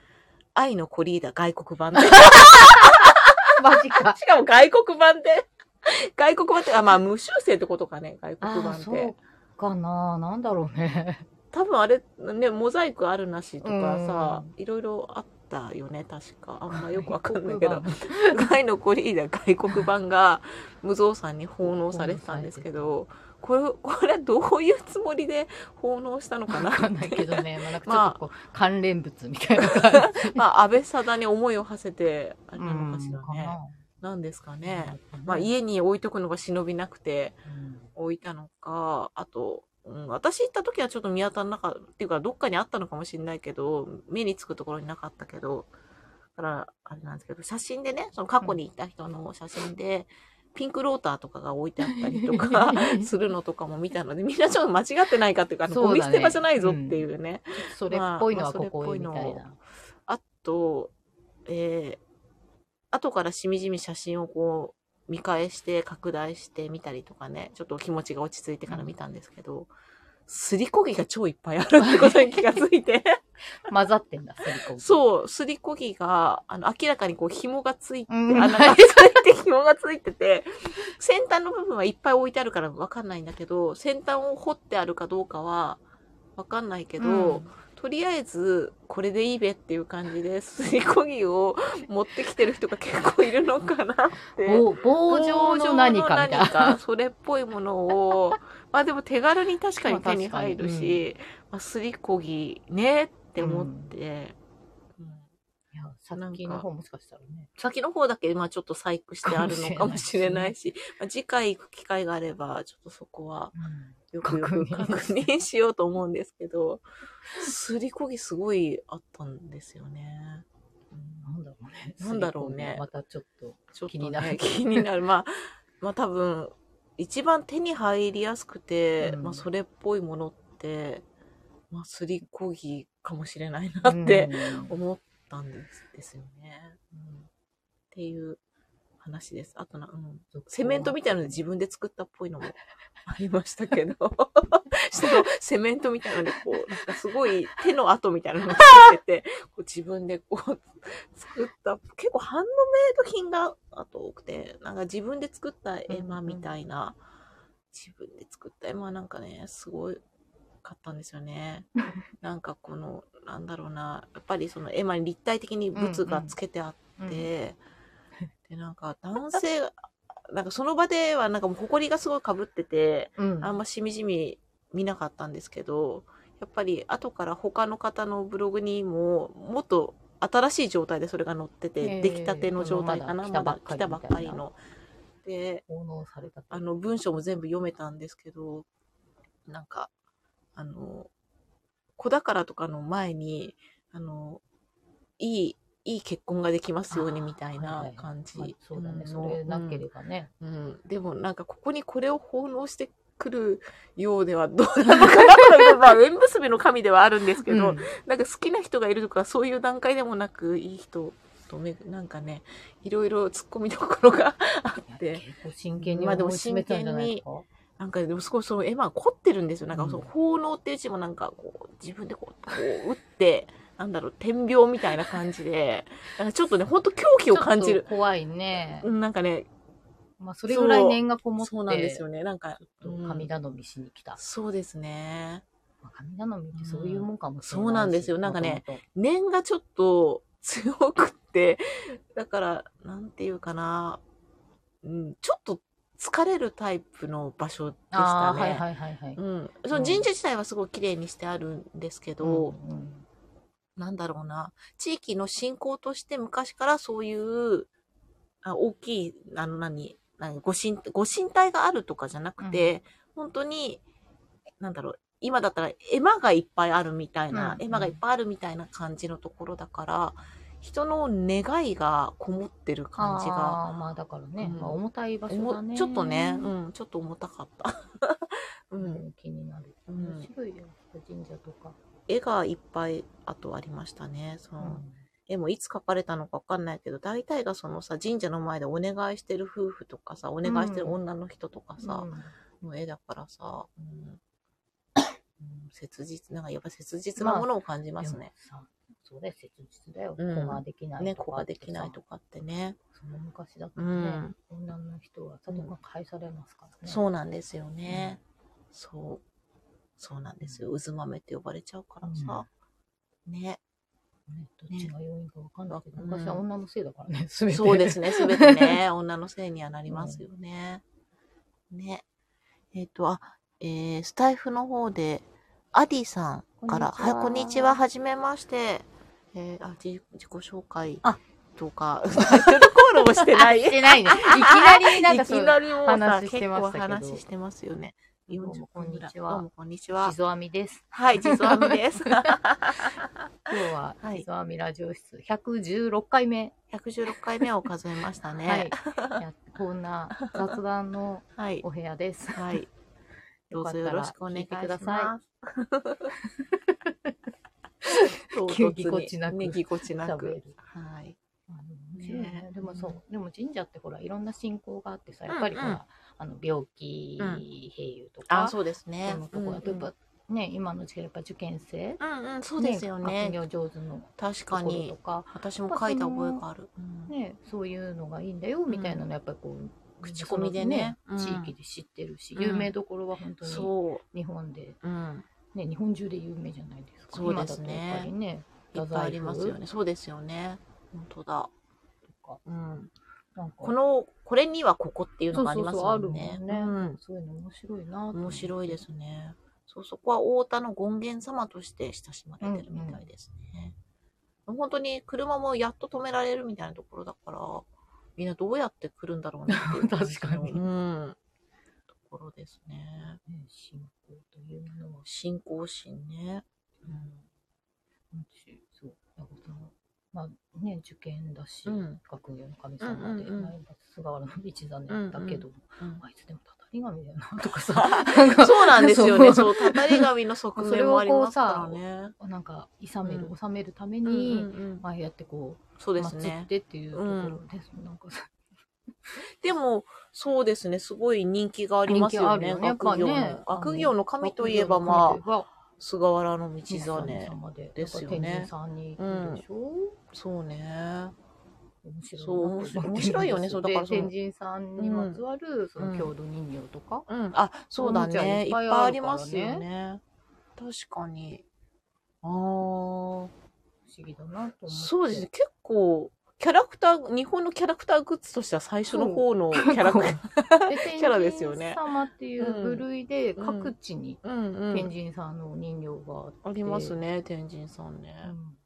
愛のコリーダ外国 [laughs] 版で、マジか。しかも外国版で、外国版って、あ、まあ無修正ってことかね、外あ国版ーっそうて。かな。なんだろうね。多分あれ、ね、モザイクあるなしとかさう、いろいろあったよね、確か。あんまよくわかんないけど。外のコリーダ外国版が無造作に奉納されてたんですけど、これ、これはどういうつもりで奉納したのかなわかんないけって。どね。まあ、なんかちょっとこう、関連物みたいな感じ。まあ、安倍貞に思いを馳せて、あれなのかしらうんね。。なんですかなね。うんまあ、家に置いとくのが忍びなくて、うん置いたのか、あと、うん、私行った時はちょっと見当たらなかった、っていうかどっかにあったのかもしれないけど、目につくところになかったけど、だからあれなんですけど、写真でね、その過去に行った人の写真で、ピンクローターとかが置いてあったりとか [laughs] するのとかも見たので、みんなちょっと間違ってないかっていうか、あのそうだゴねミ捨て場じゃないぞっていうね。それっぽいのはまあここみたまあそれっいぽいな。あと、えー、後からしみじみ写真をこう、見返して、拡大してみたりとかね、ちょっと気持ちが落ち着いてから見たんですけど、すりこぎが超いっぱいあるってことに気がついて、混ざってんだ、すりこ [laughs] ぎ。そう、すりこぎが、あの、明らかにこう、紐がついて、うん穴がついて、 [laughs] 紐がついてて、先端の部分はいっぱい置いてあるからわかんないんだけど、先端を掘ってあるかどうかはわかんないけど、うんととりあえずこれでいいべっていう感じで吸いこぎを持ってきてる人が結構いるのかなって。棒棒状の何かみたい棒状のな何かそれっぽいものを、まあでも手軽に確かに手に入るし、まあ、すりこぎねって思って、うんいやさっきの方もしかしたらね先の方だけ今ちょっと細工してあるのかもしれないし、まあ次回行く機会があれば、ちょっとそこはよくよく確確認しようと思うんですけど、すりこぎすごいあったんですよね。うんなんだろうねなんだろうねすり込んだまたちょっとちょっと、ね、気になる気になる。まあ、まあ多分、一番手に入りやすくて、うんまあそれっぽいものって、まあすりこぎかもしれないなってうん思ったんですですよね、うん。っていう話です。あとな、うん。セメントみたいなので自分で作ったっぽいのも [laughs] ありましたけど。 [laughs] そのセメントみたいなので、こう、なんかすごい手の跡みたいなのを作ってて、こう自分でこう作った、結構ハンドメイド品があと多くて、なんか自分で作った絵馬みたいな、自分で作った絵馬なんかね、すごい買ったんですよ [laughs] ね。なんかこの、なんだろうな、やっぱりその絵馬に立体的に物がつけてあって、うんで、で、なんか男性が、なんかその場ではなんかもう埃がすごい被ってて、うんあんましみじみ見なかったんですけど、やっぱり後から他の方のブログにも、もっと新しい状態でそれが載ってて、へー出来たての状態かな、そまのだまだ来来たたばばっっかかりりの。で、奉納されたあの文章も全部読めたんですけど、なんか、あの、子宝とかの前に、あの、いい、いい結婚ができますようにみたいな感じまあの。そうだねそれなければねうん、うんでもなんかここにこれを奉納してくるようではどうなのかなと [laughs] いうか、まあ縁結びの神ではあるんですけど、うんなんか好きな人がいるとか、そういう段階でもなく、いい人とめぐ、なんかね、いろいろ突っ込みどころがあっいやて。結構真剣にまあでも思い詰めたんじゃないですかなんかでもすごいその絵馬が凝ってるんですよ。なんかうんその奉納っていう字もなんかこう自分でこうこう打って、 [laughs] なんだろう、天秤みたいな感じで、なんかちょっとね、ほんと狂気を感じちょるっ。と怖いねう。んなんかね、まあそれぐらい念がこもってそうなんですよね。なんか、うん神頼みしに来た。そうですね。まあ神頼みってそういうもんかもしれないし、うんそうなんですよなんかね元々。念がちょっと強くって、 [laughs] だから、なんていうかな、うん、ちょっと疲れるタイプの場所でしたああー、ね。はいはいはいはい。うん、その神社自体はすごい綺麗にしてあるんですけど、うんうんなんだろうな、地域の信仰として昔からそういう、あ大きい、あの何、何、ご神、ご神体があるとかじゃなくて、本当に、なんだろう、今だったら絵馬がいっぱいあるみたいな、うん絵馬がいっぱいあるみたいな感じのところだから、人の願いがこもってる感じが、あーまあだからね、うんまあ重たい場所おだもね。ちょっとね、うん、ちょっと重たかった。 [laughs] ううんん、気になる。う面ん、白いよ、神社とか。絵がいっぱいあとありましたね。その絵もいつ描かれたのかわかんないけど、大体がそのさ、神社の前でお願いしてる夫婦とかさ、お願いしてる女の人とかさ、の絵だからさ、うんうん切実、なんかやっぱ切実なものを感じまますすねね。。でもさそれ切実だよ。うん子ができないとか。猫ができないとかってね。その昔だったうらねん、。女の人は里が返されますからね。そうなんですよね。そう。そうなんですよ。渦豆って呼ばれちゃうからさ。ね。ね、どっちが要因かわかんないけど、うん昔は女のせいだからね、すべて。そうですね、すべて [laughs] ね、女のせいにはなりますよね。ね。えっ、と、あ、えースタイフの方で、アディさんから、こんにちははい、こんにちは、はじめまして。えーあ、じ自己紹介あとか、 [laughs] タイトルコールもしてなあい。してないね。いきなりなんかいそきう、なりもうさ、話し結てま構したけど話してますよね。どうもこんにちはどうもこんにちは地。蔵編みです。はい、地蔵編みです。 [laughs] 今日ははい地蔵編みラジオ室116回目。 116回目を数えましたね。はい。やこんな雑談のはい。お部屋です。 [laughs] はい。どうぞよろしくお願いしよかまったら [laughs] す。唐突に急ぎこちなくねぎこちな喋くる。はい。あの面白いねねでもそう、でも神社ってほら、いろんな信仰があってさ、やっぱりほら、うんうんあの病気、うん併誘とあ、か、そうですそねの。とこやっうんうんぱ、ね、今の時期やっぱ受験生、うんうん、そうですよね。学業上手の確とこかろとに。か、私も書いた覚えがある。うんね、そういうのがいいんだよみたいなのやっぱりこう、口コミでねそのうん地域で知ってるし、うん有名どころは本当にそ日本でう。うん。ね、日本中で有名じゃないですか。そうですね今だとやっぱりね、いっぱいありますよ太宰ね。そうですよね。本当だ。府とか。うん。なんかこの、これにはここっていうのがありますもんね。そうそうそうあるもうん。そういうの面白いなと思って面白いですね。そう、そこは太田の権現様として親しまれてるみたいですね。本当に車もやっと止められるみたいなところだから、みんなどうやって来るんだろうな [laughs] っていう感じの確かにうん。ところですね。ね信仰というものは、信仰心ね。う私そう、なんかそのまあね、受験だし、ん。うん。学業の神様で、うんうんうんまあやっぱ菅原道真だけど、うんあいつでもたたり神だよなとかさ、 [laughs] なんかそうなんですよね。そ [laughs] そう、たたり神の側面もありますからね。なんか、諌めるう、ん収めるためうんに、うんうんまあやってこそうう、です祭っね。てっていうところです。なんかさ、でも、そうですね。すごい人気がありますよね。人気あるよねやっぱ学業の、ね学業の神といえば、まあ、あ、菅原道地真、ですよね天神さんにいるでしょ、そうね。面白いそう面白い面白いよねそうだからその天神さんにまつわるその郷土人形とか、うん。あ、そうだそうね。いいっっぱぱいいあありるからまねすよね。確かに。あー。不思議だなと思ってそうですね。結構、キャラクター、日本のキャラクターグッズとしては最初の方のキャラクター。で [laughs] キャラですよね天神様っていう部類でうん各地にうんう天ん。神さんのお人形があって、ありますね、天神さんね。うん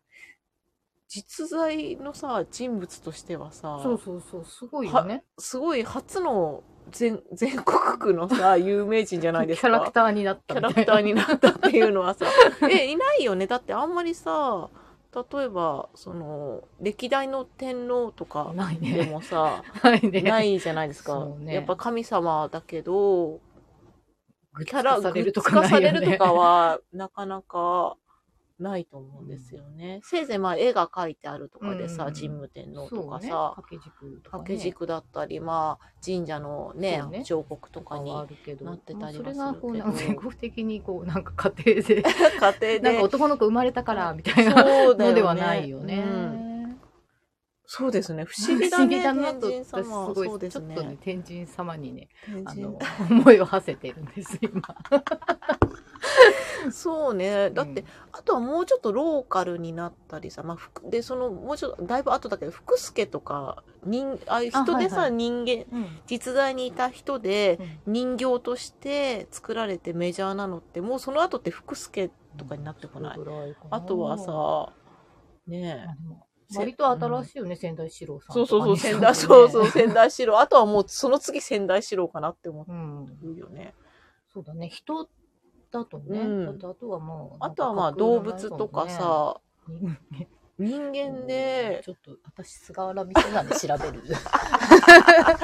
実在のさ、人物としてはさ、そうそうそうすごいよねすごい初の全 [laughs] 全国区のさ、有名人じゃないキですか。ャラクターになっキたャみたラいクタなーになったっていうのはさ、 [laughs] え、いないよね。だってあんまりさ、例えば、その、歴代の天皇とかないでねも [laughs] さ、ないねないじゃないですかそ。うねやっぱ神様だけ [laughs] ど、グッズキャラ、化されるとグッかズない化よされるねとかは、なかなか、ないと思うんですよね。せいぜいまあ絵が描いてあるとかでさ、うん神武天皇そうとかねさ、掛け軸とか、ね、掛け軸だったり、まあ神社のねそうね彫刻ととかかににあるけどなってたりはするけどまあそれがこうなんか全国的にこうなんか家庭 [laughs] 家でなんか庭で男の子生まれたからみたいそなうだよねのではないよね。うんそうですね不思議だ不思ね議だな天と神私す様はごいそうですちょっとねね天神様にね天あ神の思いを馳せてるんです [laughs] 今。そうねだって、うんあとはもうちょっとローカルになったりさ、まあ、ふくでそのもうちょっとだいぶ後だけど福助とか人ああいう人でさ、あはいはい人間うん実在にいた人で人形として作られてメジャーなのってもうその後って福助とかになってこない、それぐらいかなあとはさねえまあでも割と新しいよね、仙台四郎さんそうとそうかそう、ね仙台、そうそう、仙台四郎。あとはもう、その次仙台四郎かなって思うん、うよね。そうだね人だとね、うんだってあとはもうあとはまあ、動物とかさ、人間で、ちょっと私菅原道真 [laughs] 調べる。あ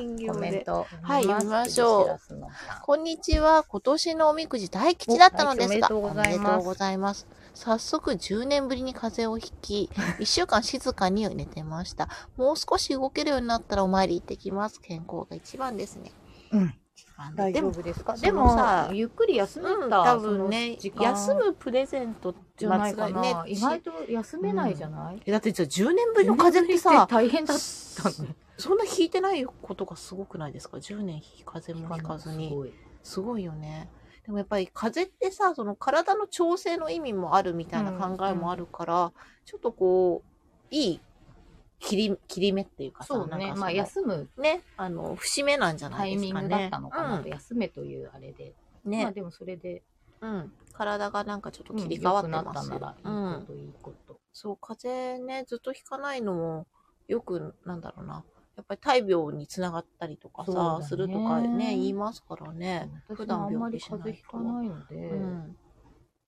人形コメンで。トはい見ましょうう。こんにちは。今年のおみくじ大吉だったのですが、おおめおめででととううごございます。早速10年ぶりに風邪をひ [laughs] き、1週間静かに寝てました。もう少し動けるようになったらお参り行ってきます。健康が一番ですね。うん一番大で丈も夫ですか。ででももささ、ゆっくり休めうん、た。多分ねその時、間休むプレゼントってじゃないかまあな。ね意外と休めないじゃない。えだってじゃあ10年ぶりの風邪ってさ、大変だっそたの。そんな引いてないことがすごくないですか ?10 年風邪も引かずすに。ごい。すごいよね。でもやっぱり風邪ってさ、その体の調整の意味もあるみたいな考えもあるから、ちょっとこう、いい切り切り目っていうかさ、そなうんかね。そのまあ休むね、あの、節目なんじゃなタいイですミかンね。グだったのかなうと。休めというあれで。ん、まあね、でもそれでうん。体がなんかちょっとうん切り替わって良くなまったすなよら。いいこといいこと。そう、風邪ね、ずっとひかないのも、よく、なんだろうな。やっぱり大病につながったりとかそうださ、ねするとかね、言いますからね。普私段もあんま病気りし風ない邪ひとかないので、うん。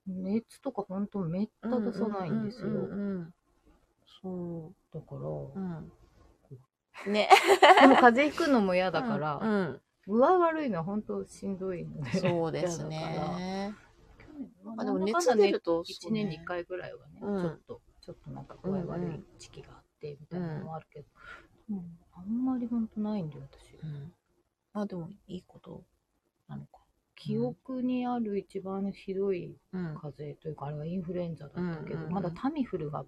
熱とか本当めった出さないんですよ。ううんうんそだから、う。うん。ね。でも風邪ひくのも嫌だかうら、んうん。具合悪いのは本当しんどいので。そうです嫌だから。ね。去年はあでもなんだか熱ん出だねると、 1年に1回ぐらいはね、うんちょっと、ちょっとなんか具合悪い時期があって、みたいなのもあるけど、うんあんまり本当ないんだよ、私。そうね。うん。まあでも、いいことなのか。記憶にある一番ひどいうん。風邪というか、あれはインフルエンザだったけど、うんうんうんまだタミフルが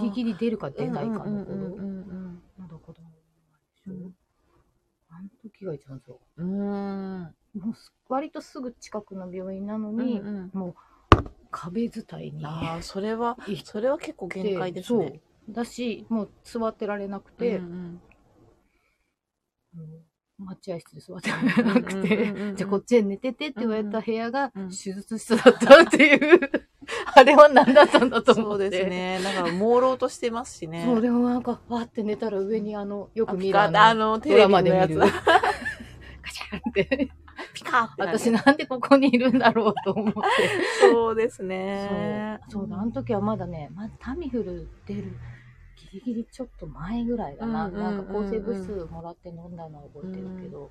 ギリギリ出るか出ないかのうんうんう頃、んまだ子供いうないでしんょ。あの時が一番そう。うん。うーん。もうす割とすぐ近くの病院なのうんに、うんもう壁伝いにああそれは行っそれは結構限界てですね。そうだしもう座ってられなくて、うんうん待合室で座ってられなくて、うんうんうんうんじゃあこっちで寝ててって言われた部屋がうんうん手術室だったっていう、あれは何だったんだうとん、そ思うって。ですね。なんか朦朧としてますしね。そう、でもなんか、わーって寝たら上にあの、よあく見ピるカあッあの、のテドレラビマのでや見つる。。ガチャンって。 [laughs] ピカってなる私なんでここにいるんだろうと思って。そうですそうね。そうだ、あの時はまだね、まだタミフル出る、ギリギリちょっと前ぐらいだな。うんうんうんうんなんか抗生物質もらって飲んだのは覚えてるけど。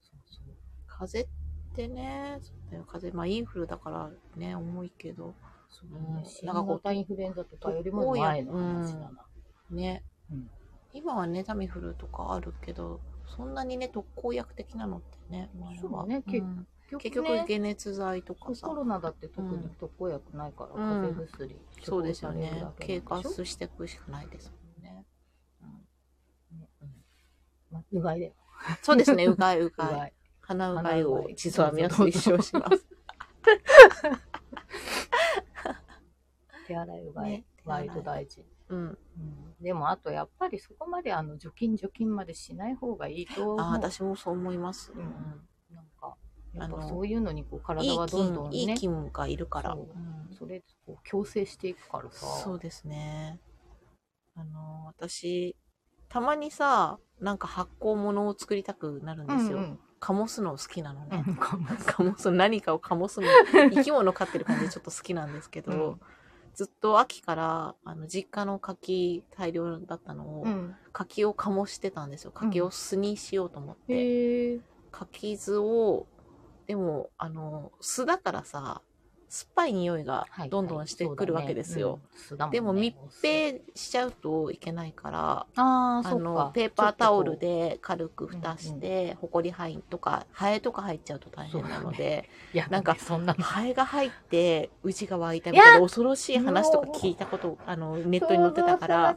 そうそう風邪ってね、そうだよ風邪、まあインフルだからね、重いけど、そうだねうん新型インフルエンザとかよりも前の話だな。ね。うん今はね、タミフルとかあるけど、そんなにね、特効薬的なのってね、前はそうねん結局、解熱剤とかさコ、ロナだって特に特効薬ないから、風邪薬、処そう方ですよされるねだ。け経なん過でしょしていくしかないですもんね。まあうがいだよ。そうですね、うがい、ううががい。い。鼻うが鼻いうがいを実は皆さん一生します。手洗いうがいね。割と大事。うん。うんでもあとやっぱりそこまであの除菌除菌までしない方がいいと思う。あ、私もそう思います。うんなんかやっあぱのそういうのにこう体いいはどんど菌、んね、いい菌がいるから。そううんそれこう強制していくからさ。そうですね。あの、私、たまにさ、なんか発酵物を作りたくなるんうでんすよ。うん。カモスの好きなのうね。んかもカモスの何かをカモ [laughs] スの、生き物飼ってる感じでちょっと好きなんですけど、うんずっと秋から、あの、実家の柿大量だったのを、うん。柿を醸してたんですよ。柿を酢にしようと思って。へえ。柿酢を、でも、あの、酢だからさ、酸っぱい匂いがはいどんどんしてくるわけですよ。。はいでも密。そうだねうん閉しちゃうといけないから、酢ああ、あそうのか。ペーパータオルちょっで軽く蓋して、ほこり灰とかハエとか入っちゃうと大変なので、と。いや、ななんんかかそんなの。ハエが入ってうちが湧いたみたいな恐ろしい話とか聞いたことあのネットに載ってたから。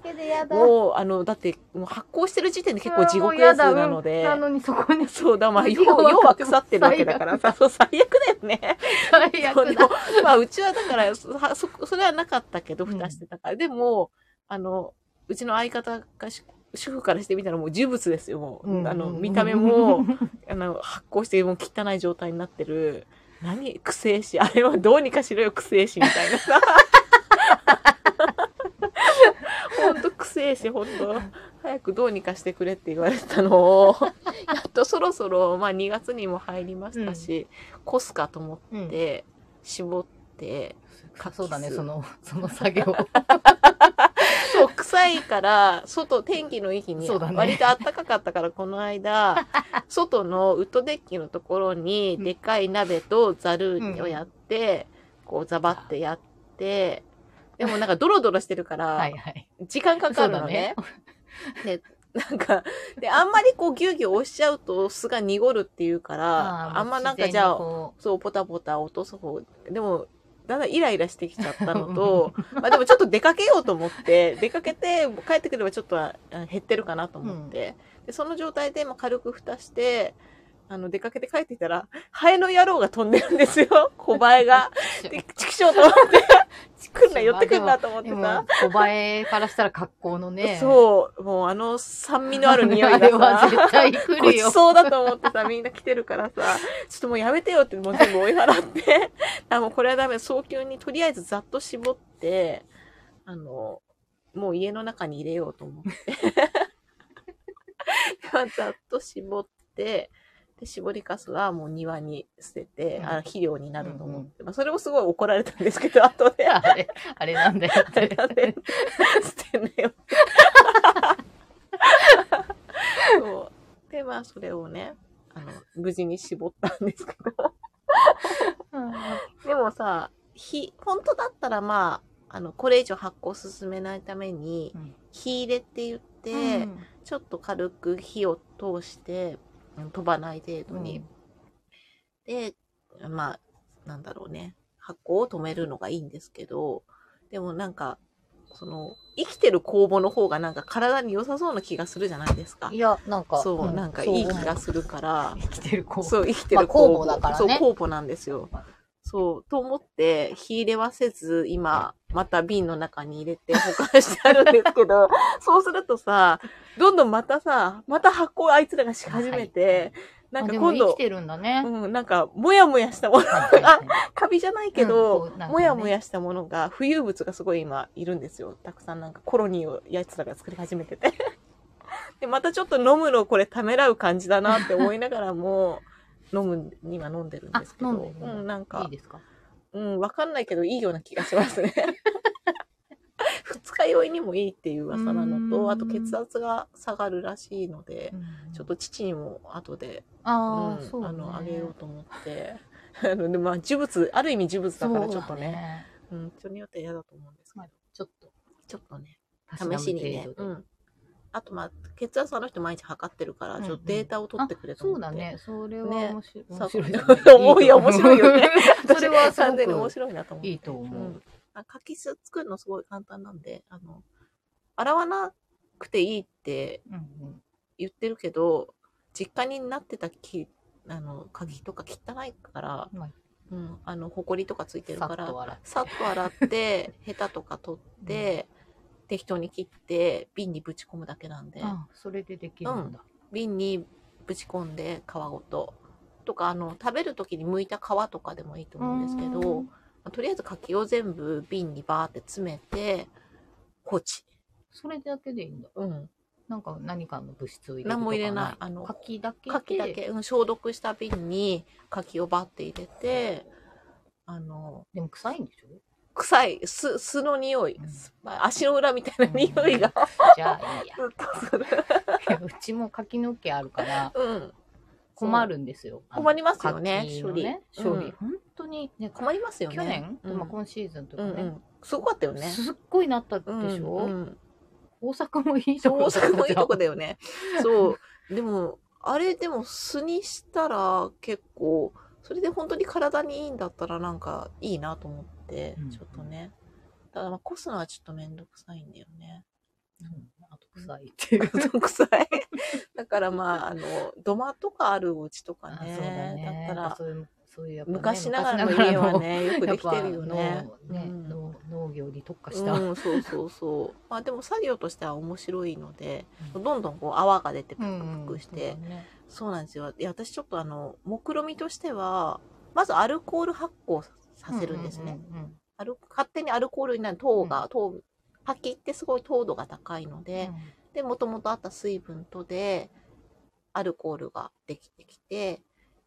もうもうあのだってもう発酵してる時点で結構地獄絵図なので、なのにそこにそうだまあ味要が分かっても要は腐ってるわけだからさそう最悪だよね。最そう悪でもだ。まあ、うちはだから、そはそ、それはなかったけど、うん蓋してたから。でも、あの、うちの相方がし、主婦からしてみたらもう呪物ですよ、もう。うんあの、見た目 [laughs] も、あの、発酵して、もう汚い状態になってる。何くせえし、あれはどうにかしろよ、くせえし、みたいな [laughs] さ。ほんとくせえし、ほんと。早くどうにかしてくれって言われてたの [laughs] を、やっとそろそろ、まあ2月にも入りましたし、こすかと思ってうんで絞ってかそうだね、その、 [laughs] その作業。そう臭いから外天気のいい日にそうだね割と暖かかったからこの [laughs] 間外のウッドデッキのところにうんでかい鍋とざるをやって、こうザバってやってでもなんかドロドロしてるから、はいはい。時間かかるのね。で、なんか、で、あんまりこうギュウギュウ押しちゃうと酢が濁るっていうから、あんまなんかじゃあ、あ、そう、ポタポタ落とす方。でも、だんだんイライラしてきちゃったの [laughs] と、まあでもちょっと出かけようと思って、出かけて帰ってくればちょっとはあ減ってるかなと思って、でその状態でまあ軽く蓋して、あの、出かけて帰ってきたら、ハエの野郎が飛んでるんです [laughs] よ、小バエが。で、畜生と思って、来んな、寄ってくんなと思ってでさも。、小映えからしたら格好のね。そう、もうあの酸味のある匂いあがれはさ絶、対来ごるちよ。そうだと思ってさ、みんな来てるからさ、ちょっともうやめてよって、もう全部追い払って、 [laughs] あ、もうこれはダメ、早急にとりあえずざっと絞って、あの、もう家の中に入れようと思って。 [laughs] ざっと絞って、で、絞りかすはもう庭に捨てて、あ肥料になると思って、まあ、それもすごい怒られたんですけど、後で。あれ、あれなんだよっあれて。なんで捨てんなよ。そう。で、まあ、それをね、あの、無事に絞ったんですけど。でもさ、火、本当だったらまあ、あの、これ以上発酵進めないために、火入れって言って、ちょっと軽く火を通して、うん飛ばない程度に。で、まあ、なんだろうね。発酵を止めるのがいいんですけど、でもなんか、その、生きてる酵母の方がなんか体に良さそうな気がするじゃないですかい。や、なんか、そう、なんかいい気がすするからる。、生きてる子。そう、生きてるまあ酵母だからねそう、酵母なんですよ。そう、と思って、火入れはせず、今、また瓶の中に入れて保管してあるんですけ [laughs] ど、そうするとさ、どんどんまたさ、また発酵あいつらがし始めて、なんかあ今でも生度き、てるんだね。うん、なんか、もやもやしたもの、はいはいはいカビじゃないけど、うんこうなんかねもやもやしたものが、浮遊物がすごい今いるんですよ。たくさんなんかコロニーをやつらが作り始めてて。 [laughs] で、またちょっと飲むのこれためらう感じだなって思いながらも、飲むには飲んでるんですけど、あ飲んでるんだうん、なんいかい、ですか。うん、わかんないけどいいような気がしますね。二日酔いにもいいっていう噂なのうーと、んあと血圧が下がるらしいので、ちょっとと。父にも後でああ、うんそう、ね。あのあげようと思って。 [laughs] あのでまあ、呪物ある意味呪物だからちょっとそうだねねうん、人によっては嫌だと思うんですけど、まあちょっとちょっとねた試しにね程、う度でん、あとまあ血圧あの人毎日測ってるからうんうんちょっとデータを取ってくれとそ思って、[laughs] うだね。それはね面白い。そう面白いじ [laughs] ゃ思うよ面白いよね。いいと思う [laughs] それはす完全にご面く白いなと思っていいとう。、思うんあ柿酢作るのすごい簡単なんであの洗わなくていいってうんうん言ってるけど実家になってたきあの鍵とか汚いから、まあうん、あの埃とかついてるさかっらと洗って。さっと洗 [laughs] って、ヘタとか取って、適当に切って、瓶にぶち込むだけなんで、あ、それでできるんだ。瓶にぶち込んで皮ごと。とか、あの、食べる時に剥いた皮とかでもいいと思うんですけうど、んとりあえず柿を全部瓶にバーって詰めて、放置。それだけでいいんだ。うん。なんか何かの物質を入れるとか何も入れないあの柿だけで。柿だけ、うん、消毒した瓶に柿をバーって入れて、あの、でも臭いんで [laughs] しょ臭い、す、酢の匂い、うんまあ足の裏みたいな匂いが、じゃあいい [laughs] やずっとする。うちも柿の木あるからうん。困るんですよ困りますよねあの柿の処処理う理、ん本当にね困りますよね。去年、うん、まあ、今シーズンとかうんうね、ん。すごかったよね。すっごいなったでしょ、うんうん大阪もいいとそう、こ大阪もいいとこだでよ [laughs] ね。そう。でも、あれでも素にしたら結構、それで本当に体にいいんだったらなんかいいなと思ってうん、ちょっとね。ただまあ、こすのはちょっとめんどくさいんだよ [laughs] ね。あと臭いっていうめんどくさい。だから [laughs] まあ、あの、土間とかあるお家とかあね。そうだねったやっぱら、そういうそういうやっぱね昔ながらの家はね、よくで昔きながてらのるよねやっ。ぱ農ねうん農農業に特化した、うん、そうそうそう。まあでも作業としては面白いので、うんどんどんこう泡が出てプうクんうんプクして、そうだねそうなんですよ。いや、私ちょっとあの、目論みとしては、まずアルコール発酵ささせるんですね。うんうんうんアル勝手にアルコールになる糖が、う糖、柿ってすごい糖度が高いので、で、もともとあった水分とで、アルコールができてきて、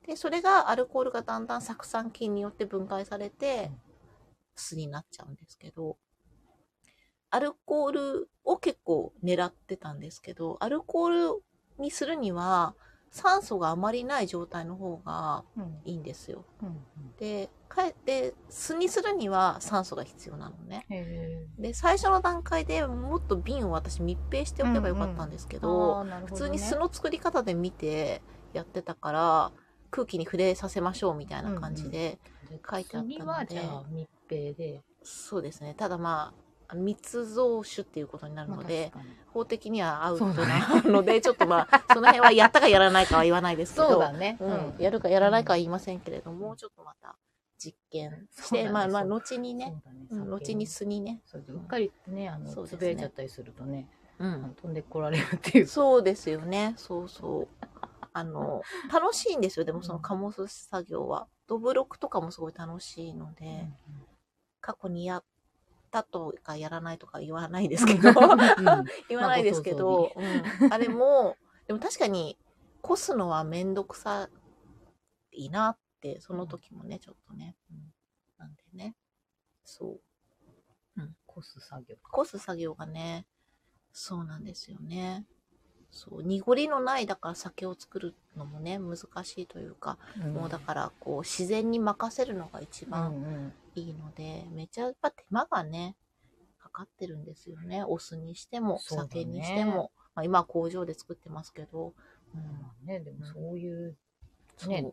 で、それがアルコールがだんだん酢酸菌によって分解されてうん、酢になっちゃうんですけど、アルコールを結構狙ってたんですけど、アルコールにするには酸素があまりない状態の方がうんうんいいんですよ。うんうんで、かえって酢にするには酸素が必要なのね。へで、最初の段階でもっと瓶を私密閉しておけばよかったんですけーど、あーなる普ほど通ねに酢の作り方で見てやってたから空気に触れさせましょうみたいな感じで、書いてあったので次はじゃあ密閉で、そうですねただまあ密造酒っていうことになるまあので、確かに法的にはアウトそうなので、ちょっとまあその辺はやったかやらないかは言わないですけどそうだね、うん、やるかやらないかは言いませんけれども、ちょっとまた実験しそうだて、ねまあまあそう後にね、そううんだね後に酒巣にね、そううっかりねあのそうですね潰れちゃったりするとねうあのん、飛んでこられるっていうそうですよねそうそうあの楽しいんですよでもその醸す作業はドブロックとかもすごい楽しいの [laughs] で、過去にやったとかやらないとか言わないですけど [laughs] 言わないですけど、うんあれもでも確かにこすのは面倒くさいなってその時もねちょっとね、うんなんでねそうこす作業こす作業がねそうなんですよねそう濁りのないだから酒を作るのもね難しいというか、もうだからこう自然に任せるのが一うん番いいので、めちゃやっぱ手間がね、かかってるんですよね。お酢にしても、そうだね酒にしても。まあ、今は工場で作ってますけど。ううんんまあねでもそういうそうね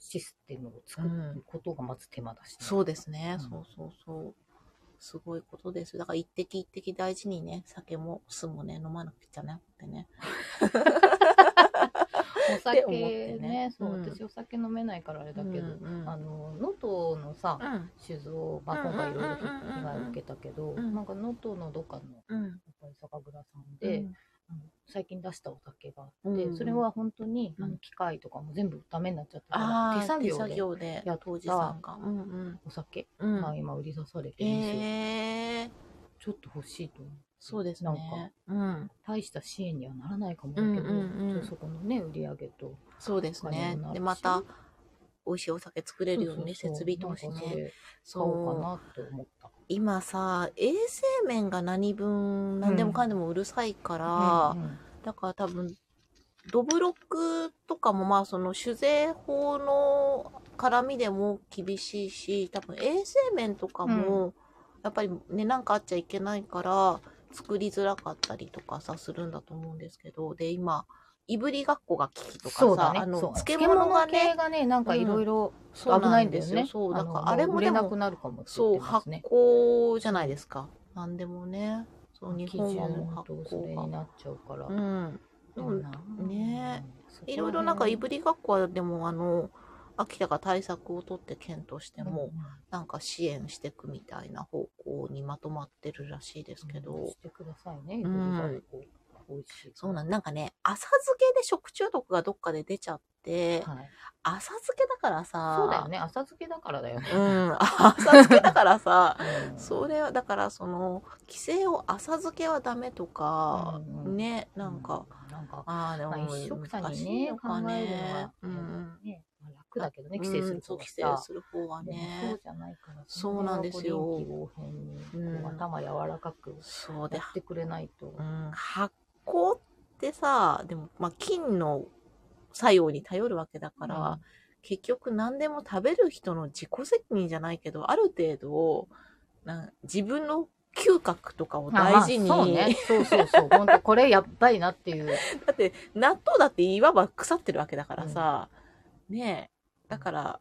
システムを作ることがまず手間だしね、そうですね、うんそうそうそう。すごいことですよ。だから一滴一滴大事にね、酒も酢もね、飲まなくちゃなくてね。お酒って思ってねねそう、うん私お酒飲めないからあれだけど、うんうんあの能登のさうん酒造まあ今回いろいろ被害を受けたけど、うんなんか能登のどっかのうんやっぱり酒蔵さんで、あの最近出したお酒があって、うんそれは本当に、うんあの機械とかも全部ダメになっちゃったからあ手あ作手業作で業でやっ杜氏さたんがうんお酒うんうがん今売り出されてるんですよ、ええちょっと欲しいと思うそうですなんねかうん大した支援にはならないかもだけど、うんうんうんちょっとそこのね売り上げとそうですお金ねもなるしでまた美味しいお酒作れるようにねそうそ設うそう備投資なんかそねれ買おうかそうなって思った今さ衛生面が何分何でもかんでもうるさいから、うんうんだから多分、ドブロックとかもまあその酒税法の絡みでも厳しいし、多分衛生面とかも、やっぱりね、なんかあっちゃいけないから、作りづらかったりとかさ、するんだと思うんですけど、で、今、いぶりがっこが危機とそかうださ、ねあの、そう漬物が系ね、がねなんかいろいろ危そうないんだよね、そう、だからのあれうも売でれなくも、なるかもってそう、言ってま発すね酵じゃないですか。なんでもね。そう、日基本準はもう発とそれ酵にが。なっちゃうから、うん。でもねいろいろなんかいぶりりがっこはでもあの秋田が対策を取って検討しても、なんか支援していくみたいな方向にまとまってるらしいですけど、してくださいねいぶりうがんっこ美味しいそうなんなんかね浅漬けで食中毒がどっかで出ちゃって、はい浅漬けだからさそうだよね浅漬けだからだよねうん浅漬けだからさうんそれはだからその規制を浅漬けはダメとか、うんうんねなんか、うんなんかああでもまあ一食差難しにいねの考かえるのねは、うんねまあ楽だけどね規制すうるんそう方規制がさする方はでもねそうじゃないからそうなんですよこう臨機応変にこううん頭柔らかくそうでやってくれないとうん発酵ってさでも、まあ、菌の作用に頼るわけだから、結局何でも食べる人の自己責任じゃないけどある程度なん自分の嗅覚とかを大事に、あまあそうねそうそうそう本当これやっばいなっていう [laughs] だって納豆だっていわば腐ってるわけだからさ、ねえだから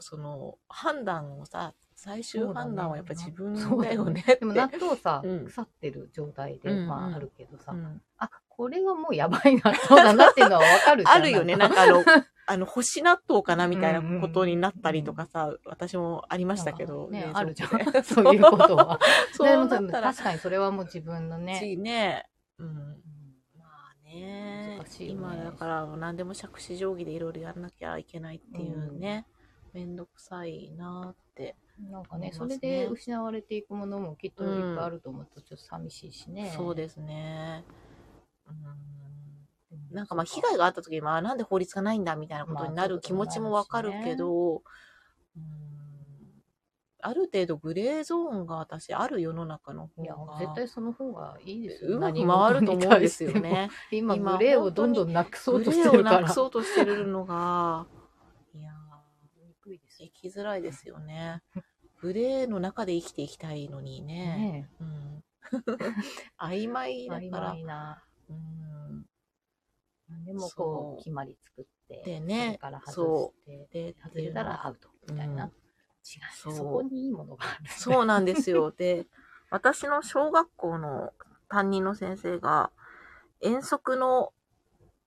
その判断をさ最終判断はやっぱ自分だよねって。でも納豆さ、うん腐ってる状態で、うんまうんああるけどさ、うんあ、これはもうやばい納豆だなっていうのはわかるじゃん。あるよね。ななんんかかあの、 [laughs] あの、干し納豆かなみたいなことになったりとかさ、私もありましたけど。冷、ね蔵庫あるじゃでん。 [laughs] そういうことは。 [laughs] そうでなもったら、確かにそれはもう自分のね。ね。ねうん。うんまあね。難しいよね今だから何でも借子定規でいろいろやんなきゃいけないっていうね。めんどくさいなって。なんかね、思そいますねれで失われていくものもきっといっぱいあると思うとちょっと寂しいしね。そうですね。うんうん。なんかまあ被害があった時に、まあなんで法律がないんだみたいなことになる気持ちもわかるけど、うんある程度グレーゾーンが私ある世の中の方いや、が。絶対その方がいいですよ。うまく回ると思うんですよ何事に対しても。ね。 [laughs] 今、今グレーをどんどんなく [laughs] そグうとしレてーをるかなら。くそうとしてるのが、いや憎いですー、よ生きづらいですよね。グレーの中で生きていきたいのにね。ね。うん [laughs] 曖昧だ曖から。昧な。うんでもこそうう決まり作ってでねそれから外してで外れたらアウトみたいうな、ん違そうそうこにいいものがあるそうなんですよ。で、私の小学校の担任の先生が、遠足の、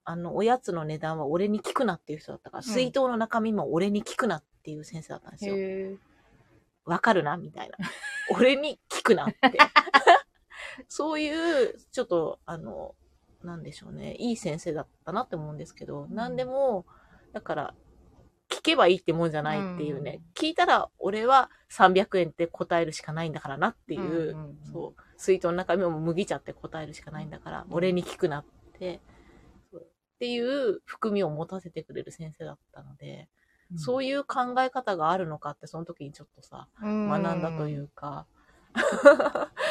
あの、おやつの値段は俺に聞くなっていう人だったから、ん水筒の中身も俺に聞くなっていう先生だったんですよ。へわかるなみたいな。 [laughs] 俺に聞く [laughs] なって。そういう、ちょっと、あの、なんでしょうね。いい先生だったなって思うんですけど、うん何でも、だから、聞けばいいってもんじゃないっていうね。う聞いたら、俺は300円って答えるしかないんだからなっていう、そう、水筒の中身も麦茶って答えるしかないんだから、俺に聞くなって、そうっていう含みを持たせてくれる先生だったので、うんそういいう考え方があるのかって、その時にちょっとさ、うん学んだというか、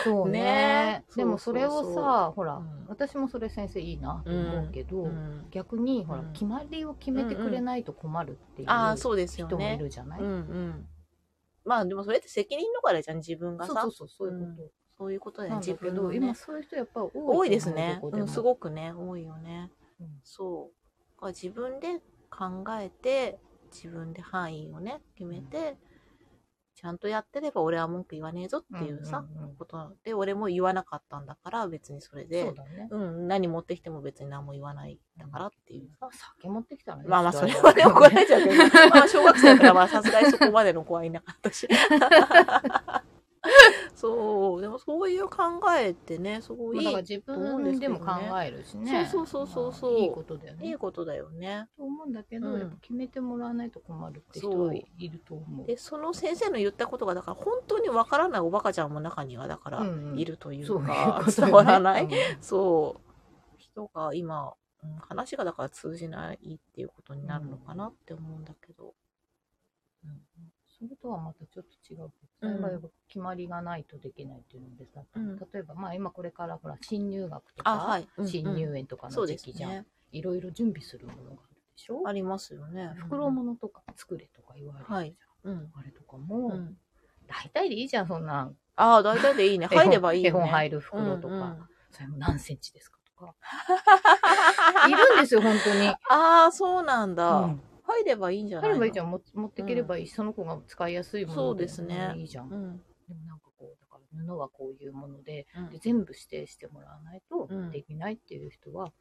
そうねねでもそれをさそうそうそほら、うん私もそれ先生いいなと思うけど、うん逆にほら、うん決まりを決めてくれないと困るっていうああ人そうですよもいね。るじゃない、うんうん。まあでもそれって責任逃れじゃん自分がそさうそうそうそういうこそういうこととだなよんねだ自け分ど、の、ね、今そういう人やっぱ多いと思う多いですね、どこうでもん、すごくね多いよね。うんそう。だから自分で考えて自分で範囲をね決めて、ちゃんとやってれば俺は文句言わねえぞっていうさ、うんうんうんことで俺も言わなかったんだから別にそれでそうだね。うん、何持ってきても別に何も言わないだからっていうさ。酒持ってきたらね。まあまあ、そ人れははね、怒られちゃうけど、まあ、小学生だから、まあ、さすがにそこまでの子はいなかった [laughs] し。そう、でもそういう考えってね、すごいまいあだからい自分でも考えるしね。そうそうそうそうまあいいことだよね。いいことだよね。と思うんだけど、うんやっぱ決めてもらわないと困るって人そうはいいると思う。で、その先生の言ったことが、だから本当にわからないおバカちゃんも中には、だかうら、んうんいるといそううか、いうことよね伝わらない、うんそう、人が今、うん話がだから通じないっていうことになるのかなって思うんだけど。それとはまたちょっと違うけうど。んそれがやっぱ決まりがないとできないっていうのでさ、うん例えばまあ今これからほら新入学とあ、か、はい。うんうん新入園とかそうので時す期じゃん、ね。いろいろ準備するものがあるでしょありますよね。袋物とか作れとか言われるじゃん、はいうん。あれとかも、うん。大体でいいじゃんそんなんああ、大体でいいね。手本入ればいいよね。手本入る袋とか、うんうんそれも何センチですか [laughs] とかいるんですよ本当に、ああ、そうなんだ。うん入ればいいんじゃない入のればいいじゃん持持ってければいいし、その子が使いやすいものそうですねいいじゃん、うん。でもなんかこうだから布はこういうものでうんで全部指定してもらわないとうんできないっていう人は、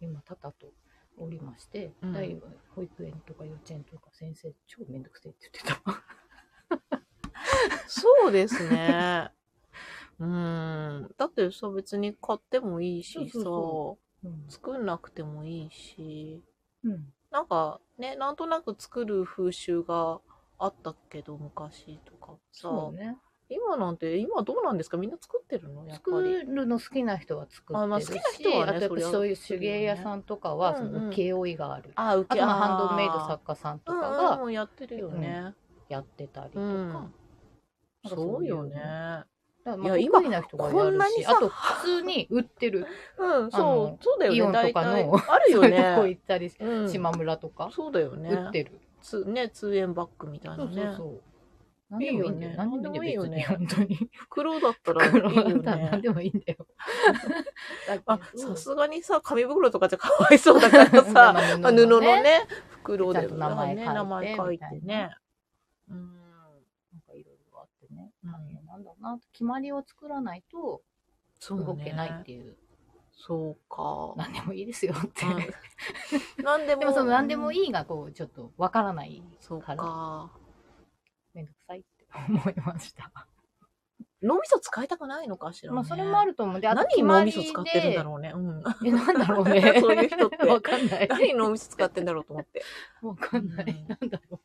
今たたとおりまして、うん大保育園とか幼稚園とか先生超めんどくせえって言っ [laughs] てたそうです [laughs] ね。うん。だってさ、別に買ってもいいしさ、そうそうそうん、作んなくてもいいし、うん、なんかね、なんとなく作る風習があったけど、昔とかさ、そうね今なんて、今どうなんですかみんな作ってるのやっぱ作り。るの好きな人は作あまあっ好きてるなし、人はねあとやっぱそりゃそういう手芸屋さんとかはそそれはねうんうんの請負がある、あ、受あけとまあハンドメイド作家さんとかうんがうん、やってるよね。やってたりとか、うんなんかそういよのだね。からいまやあ今得意な人がやこんるなにしさあと普通に売ってるうん、あそのう、そうだよね。イオンとかの大 [laughs] 体あるよそういうとこね行。ったりしうん島村とかそうだよね。売ってる、つね、通園バッグみたいそなうそうね。そうい何いよでもいいんだよね何でもいいよね何本当に袋だったらいい [laughs] 袋よだったら何ね。でもいいんだよ [laughs] あ、さすがにさ、紙袋とかじゃかわいそうだからさ、 [laughs] まあまあ布のなんかね、袋でちゃんと名前書いて名前書いてみたいねな。うん。いろいろあってね大変なんだな決まりを作らないとそうね動けないっていうそうか。何でもいいですよって、うん [laughs] 何でも。でもその何でもい。いいがこうちょっとわからないそうからか。めんどくさいって思いました、脳みそ使いたくないのかしらね。まあそれもあると思うんであと何決にま脳りみでそ使ってるんだろうね。うん。えなんだろうね [laughs] そういう人って [laughs] わかんな [laughs] い何に脳みそ使ってんだろうと思って。[laughs] わかんない、うんなんだろ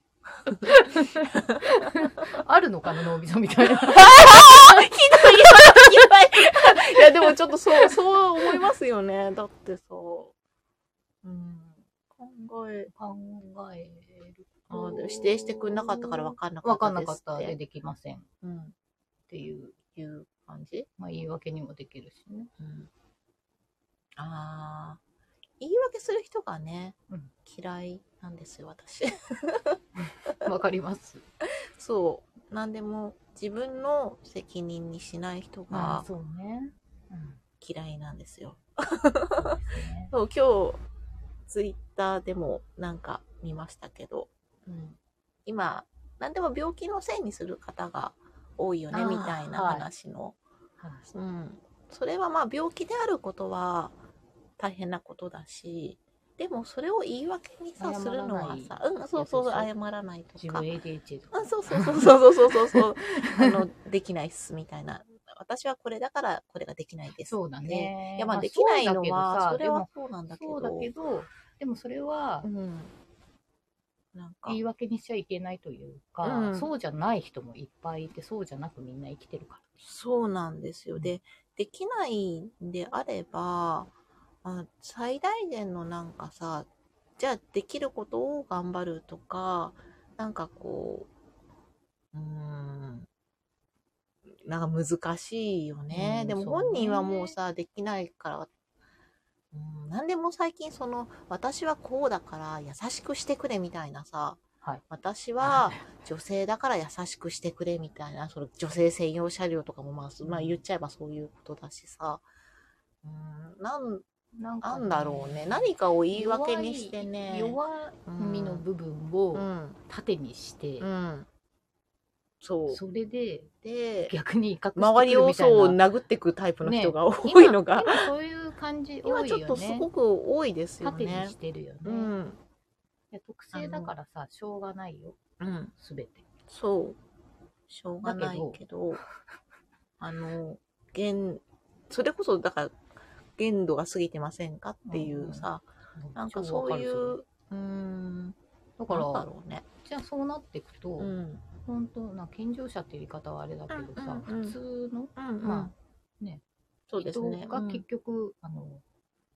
うあるのかな脳みそみたいなひどい。いや、でもちょっとそう、そう思いますよね。だってさ、うん、考え、考えるあーでも指定してくれなかったから分かんなかわっかたんなでかっすたって。でできませんっうん、ていう、いう感じ、まあ、言い訳にもできるしねうん、ああ、言い訳する人がね、うん嫌いなんですよ、私。わかります [laughs] そう。なんでも自分の責任にしない人がそうね、うん嫌いなんですよ。そうですねそう今日ツイッターでもなんか見ましたけど、うん、今何でも病気のせいにする方が多いよあねーみたいな話の、はいうん、それはまあ病気であることは大変なことだしでもそれを言い訳にさ謝らないするのはさ、うん、そうそうそうやつで謝らないと自か分 ADHD とかあそうそうそうそうそうそうそうあのできないっすみたいな私はこれだからこれができないですそうだねいやまあできないのはそうだそけれどさはそうなんだけでもどそうだけどでもそれはうんなんか言い訳にしちゃいけないというか、うんそうじゃない人もいっぱいいてそうじゃなくみんな生きてるからそうなんですよ。で、できないんであれば、あ最大限のなんかさ、じゃあできることを頑張るとか、なんかこう、うーん、なんか難しいよね。うんでもそうね本人はもうさ、できないから、うん、何でも最近その、私はこうだから優しくしてくれみたいなさ、はい私は、女性だから優しくしてくれみたいな、その女性専用車両とかもまあ、そまあ言っちゃえばそういうことだしさ、うん、なん、なんかねなんだろうね。何かを言い訳にしてね。弱い弱みの部分をうん、縦にしてうん、そうそれでで逆に威嚇してく周りるをみたいなそう殴ってくタイプの人が今多いのが、今そういう感じ多今いちよょねっとすごく多いですよ縦にねし。てるよね、うん、いや特性だからさしょうがないようん、すべてそうしょうがないけどあの現それこそだから限度が過ぎてませんかっていうさ、なんかそうい超わかるううんそれだかなんだらろうね。じゃあそうなっていくと、うん本当な健常者っていう言い方はあれだけどさ、うんうんうん普通のうんまあねそうです人ね。が結局、あの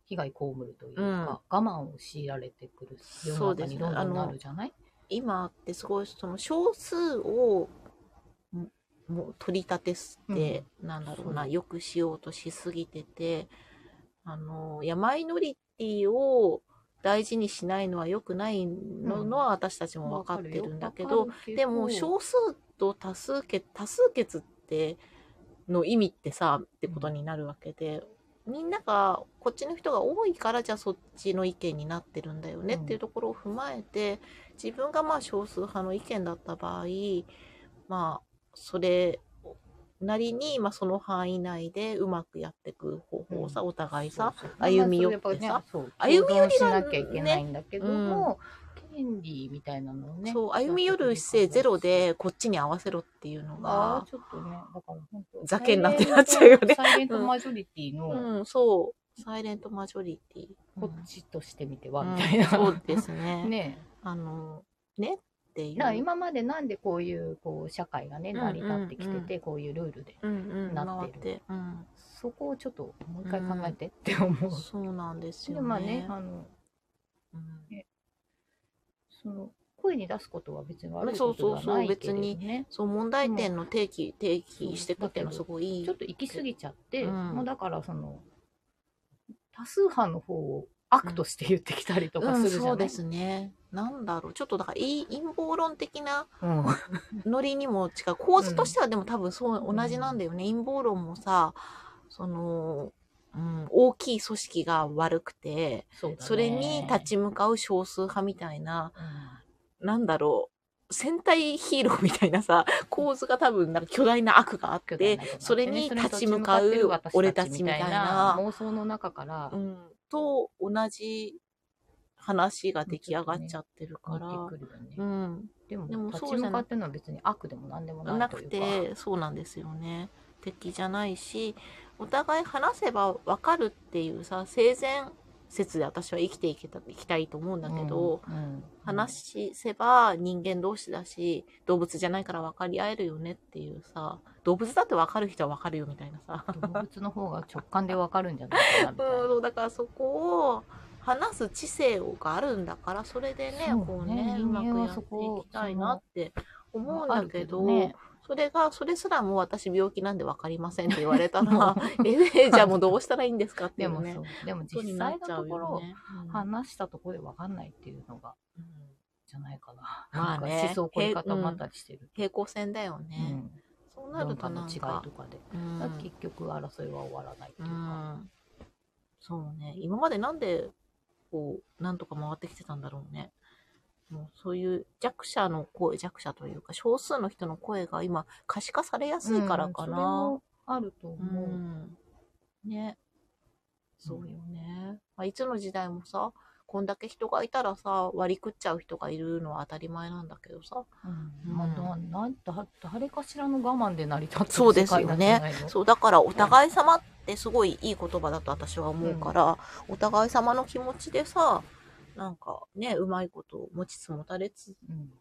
被害被るというか、我慢を強いられてくる世そのうです中ねにどんどあんのなるじゃない今ってすごいその少数をももう取り立てして、なんだろうなそうよくしようとしすぎててあのいやマイノリティを大事にしないのは良くないのうんのは私たちも分かってるんだけど、わかるよでも少数と多数決多数決っての意味ってさってことになるわけで、みんながこっちの人が多いからじゃあそっちの意見になってるんだよねうんっていうところを踏まえて自分がまあ少数派の意見だった場合まあそれなりに、まあ、その範囲内でうまくやっていく方法をさ、お互いさ、そうそう歩み寄ってさまあそれやっぱねそ歩うみ寄りが共存しなきゃいけないんだけども、権利みたいなのをねそう歩み寄る姿勢ゼロでこっちに合わせろっていうのあがあ、ちょっとね、だから本当ざけんなってなっちゃうよねサイレントマジョリティのうん、そう。サイレントマジョリティ。こっちとしてみては、うんみたいな。そうですね。 [laughs] ねあの、ねっていえう。だから今までなんでこういうこう社会がね、うん成り立ってきてうんて、こういうルールで。うんうん、なっ回ってるて。うん。そこをちょっともう一回考えてって思う。そうなんですよでね。まあね、あの、うんその、声に出すことは別に悪いそこうそとうでそうはないけれどね。そう、問題点の提起、提起していくっていうのはすごいいいちょっ。と行き過ぎちゃって、うんもうだからその、多数派の方を悪として言ってきたりとかうん、するじそゃうない、ですね。なんだろう。ちょっとだから、い陰謀論的な [laughs] うんノリにも違う。構図としてはでも多分そう、同じなんだよね。陰謀論もさ、その、うん、大きい組織が悪くて、そうだねそれに立ち向かう少数派みたいな、なんだろう、戦隊ヒーローみたいな [laughs] さ、構図が多分なんか巨大な悪があって、それに立ち向かう俺たちみたいな、妄想の中からうん、と同じ話が出来上がっちゃってるから、持ってくるよねうん、でもでも立そちうじ向ゃかなってのは別に悪でも何でもないなといくうかてそうなんですよね敵じゃないしお互い話せば分かるっていうさ生前説で私は生きていけたいきたいと思うんだけど、うんうん話せば人間同士だし動物じゃないから分かり合えるよねっていうさ動物だって分かる人は分かるよみたいなさ動物の方が直感でわかるんじゃないかなみうた [laughs] いな、んそうだからそこを話す知性があるんだからそれでねそうねこうねう人まく間はやってそいこきたいなって思うんだけどあるねそれがそれすらもう私病気なんで分かりませんって言われた [laughs] ら [laughs] えじゃあもうどうしたらいいんですかっていでうもね [laughs] そうでもことに実なっ際のちゃとうこよろ、ね。うん話したところでわかんないっていうのがうんじゃないかな,、まあねなんか思想凝り固まったりしてる、平行線だようね。んそうなるとな文ん化の違いかとかで、うんだから結局争いは終わらないってういうか、んそうね。今までなんで、こう、なんとか回ってきてたんだろうね。もうそういう弱者の声、弱者というか、少数の人の声が今、可視化されやすいからかな。うんそれもあるとう思う、ん。ね。そうよね。まあ、いつの時代もさ、こんだけ人がいたらさ、割り食っちゃう人がいるのは当たり前なんだけどさ。ううんんまあ、ななんだ誰かしらの我慢で成り立つそうですよね世界なんじゃないのそうだからお互い様ってすごいいい言葉だと私は思うから、お互い様の気持ちでさなんかねうまいこと持ちつ持たれつっうん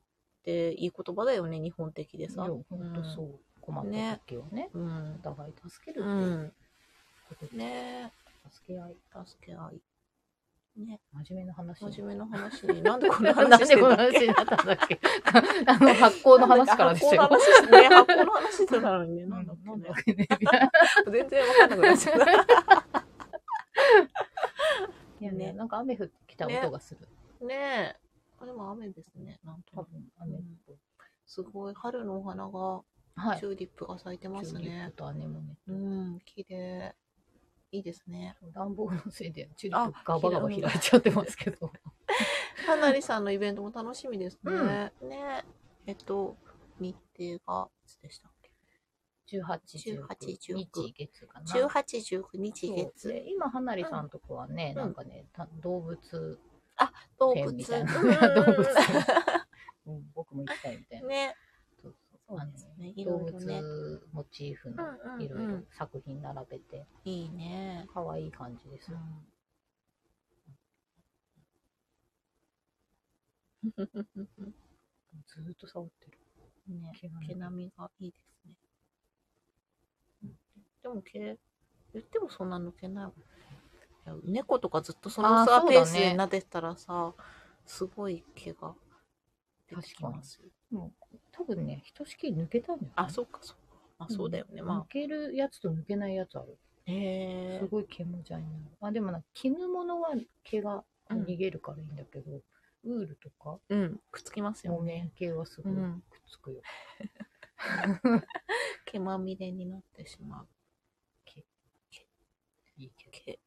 ていい言葉だよね日本的でいやさ。本当そう、困った時をねうんお、互い助けるうってんことで、ね助け合いえ助け合い。ね真面目な話真面目な話になんでこん [laughs] ななん話しでてこんのだっ話けになったんだっけ [laughs] あの発行の話からですなんだよっけ発酵の話ね。発酵の話してたのにね。うんななんんだだっけねっ。けねみたいな全然わかんなくなっちゃ [laughs] った。いやねねなんか雨降ってきた音がする、ねえ。あれも雨ですね。なんと多なく。分雨っぽい、すごい春のお花がはいチューリップが咲いてますチューリッねプ。と姉もねうん、綺麗。いいですね。暖房のせいでチューリップガバガバ開いちゃってますけどかなりさんのイベントも楽しみですね。ねえっと、日程がいつでしたっけ18、 18 19日月かな。 18、19日そう月で今、はなりさんとこはね、うんなんかね、た動物、動展物みたいなうんうんうん [laughs] 動 [laughs] うん僕も行きたいみたいな。ねそうそうそうですねいあのろいろね動物モチーフのうんうんうんいろいろ作品並べて、いいね、可愛い感じですよ。ずーっと触ってる。ね毛並み毛並みがいいですねでも毛言ってもそんな抜けないもんいや猫とかずっとそのあーさそうだペねースで撫でたらさすごい毛が出てきますよ多分ね、ひとしきり抜けたんじゃないあそうかそうかまあそうだよね、抜まあけるやつと抜けないやつある。へすごい毛もじゃいになる。あ、でもな、絹物は毛がうん逃げるからいいんだけど、ウールとか、えうんくっつきますよ木ね綿系はすごいくっうんつくよ。毛まみれになってしまういいけど。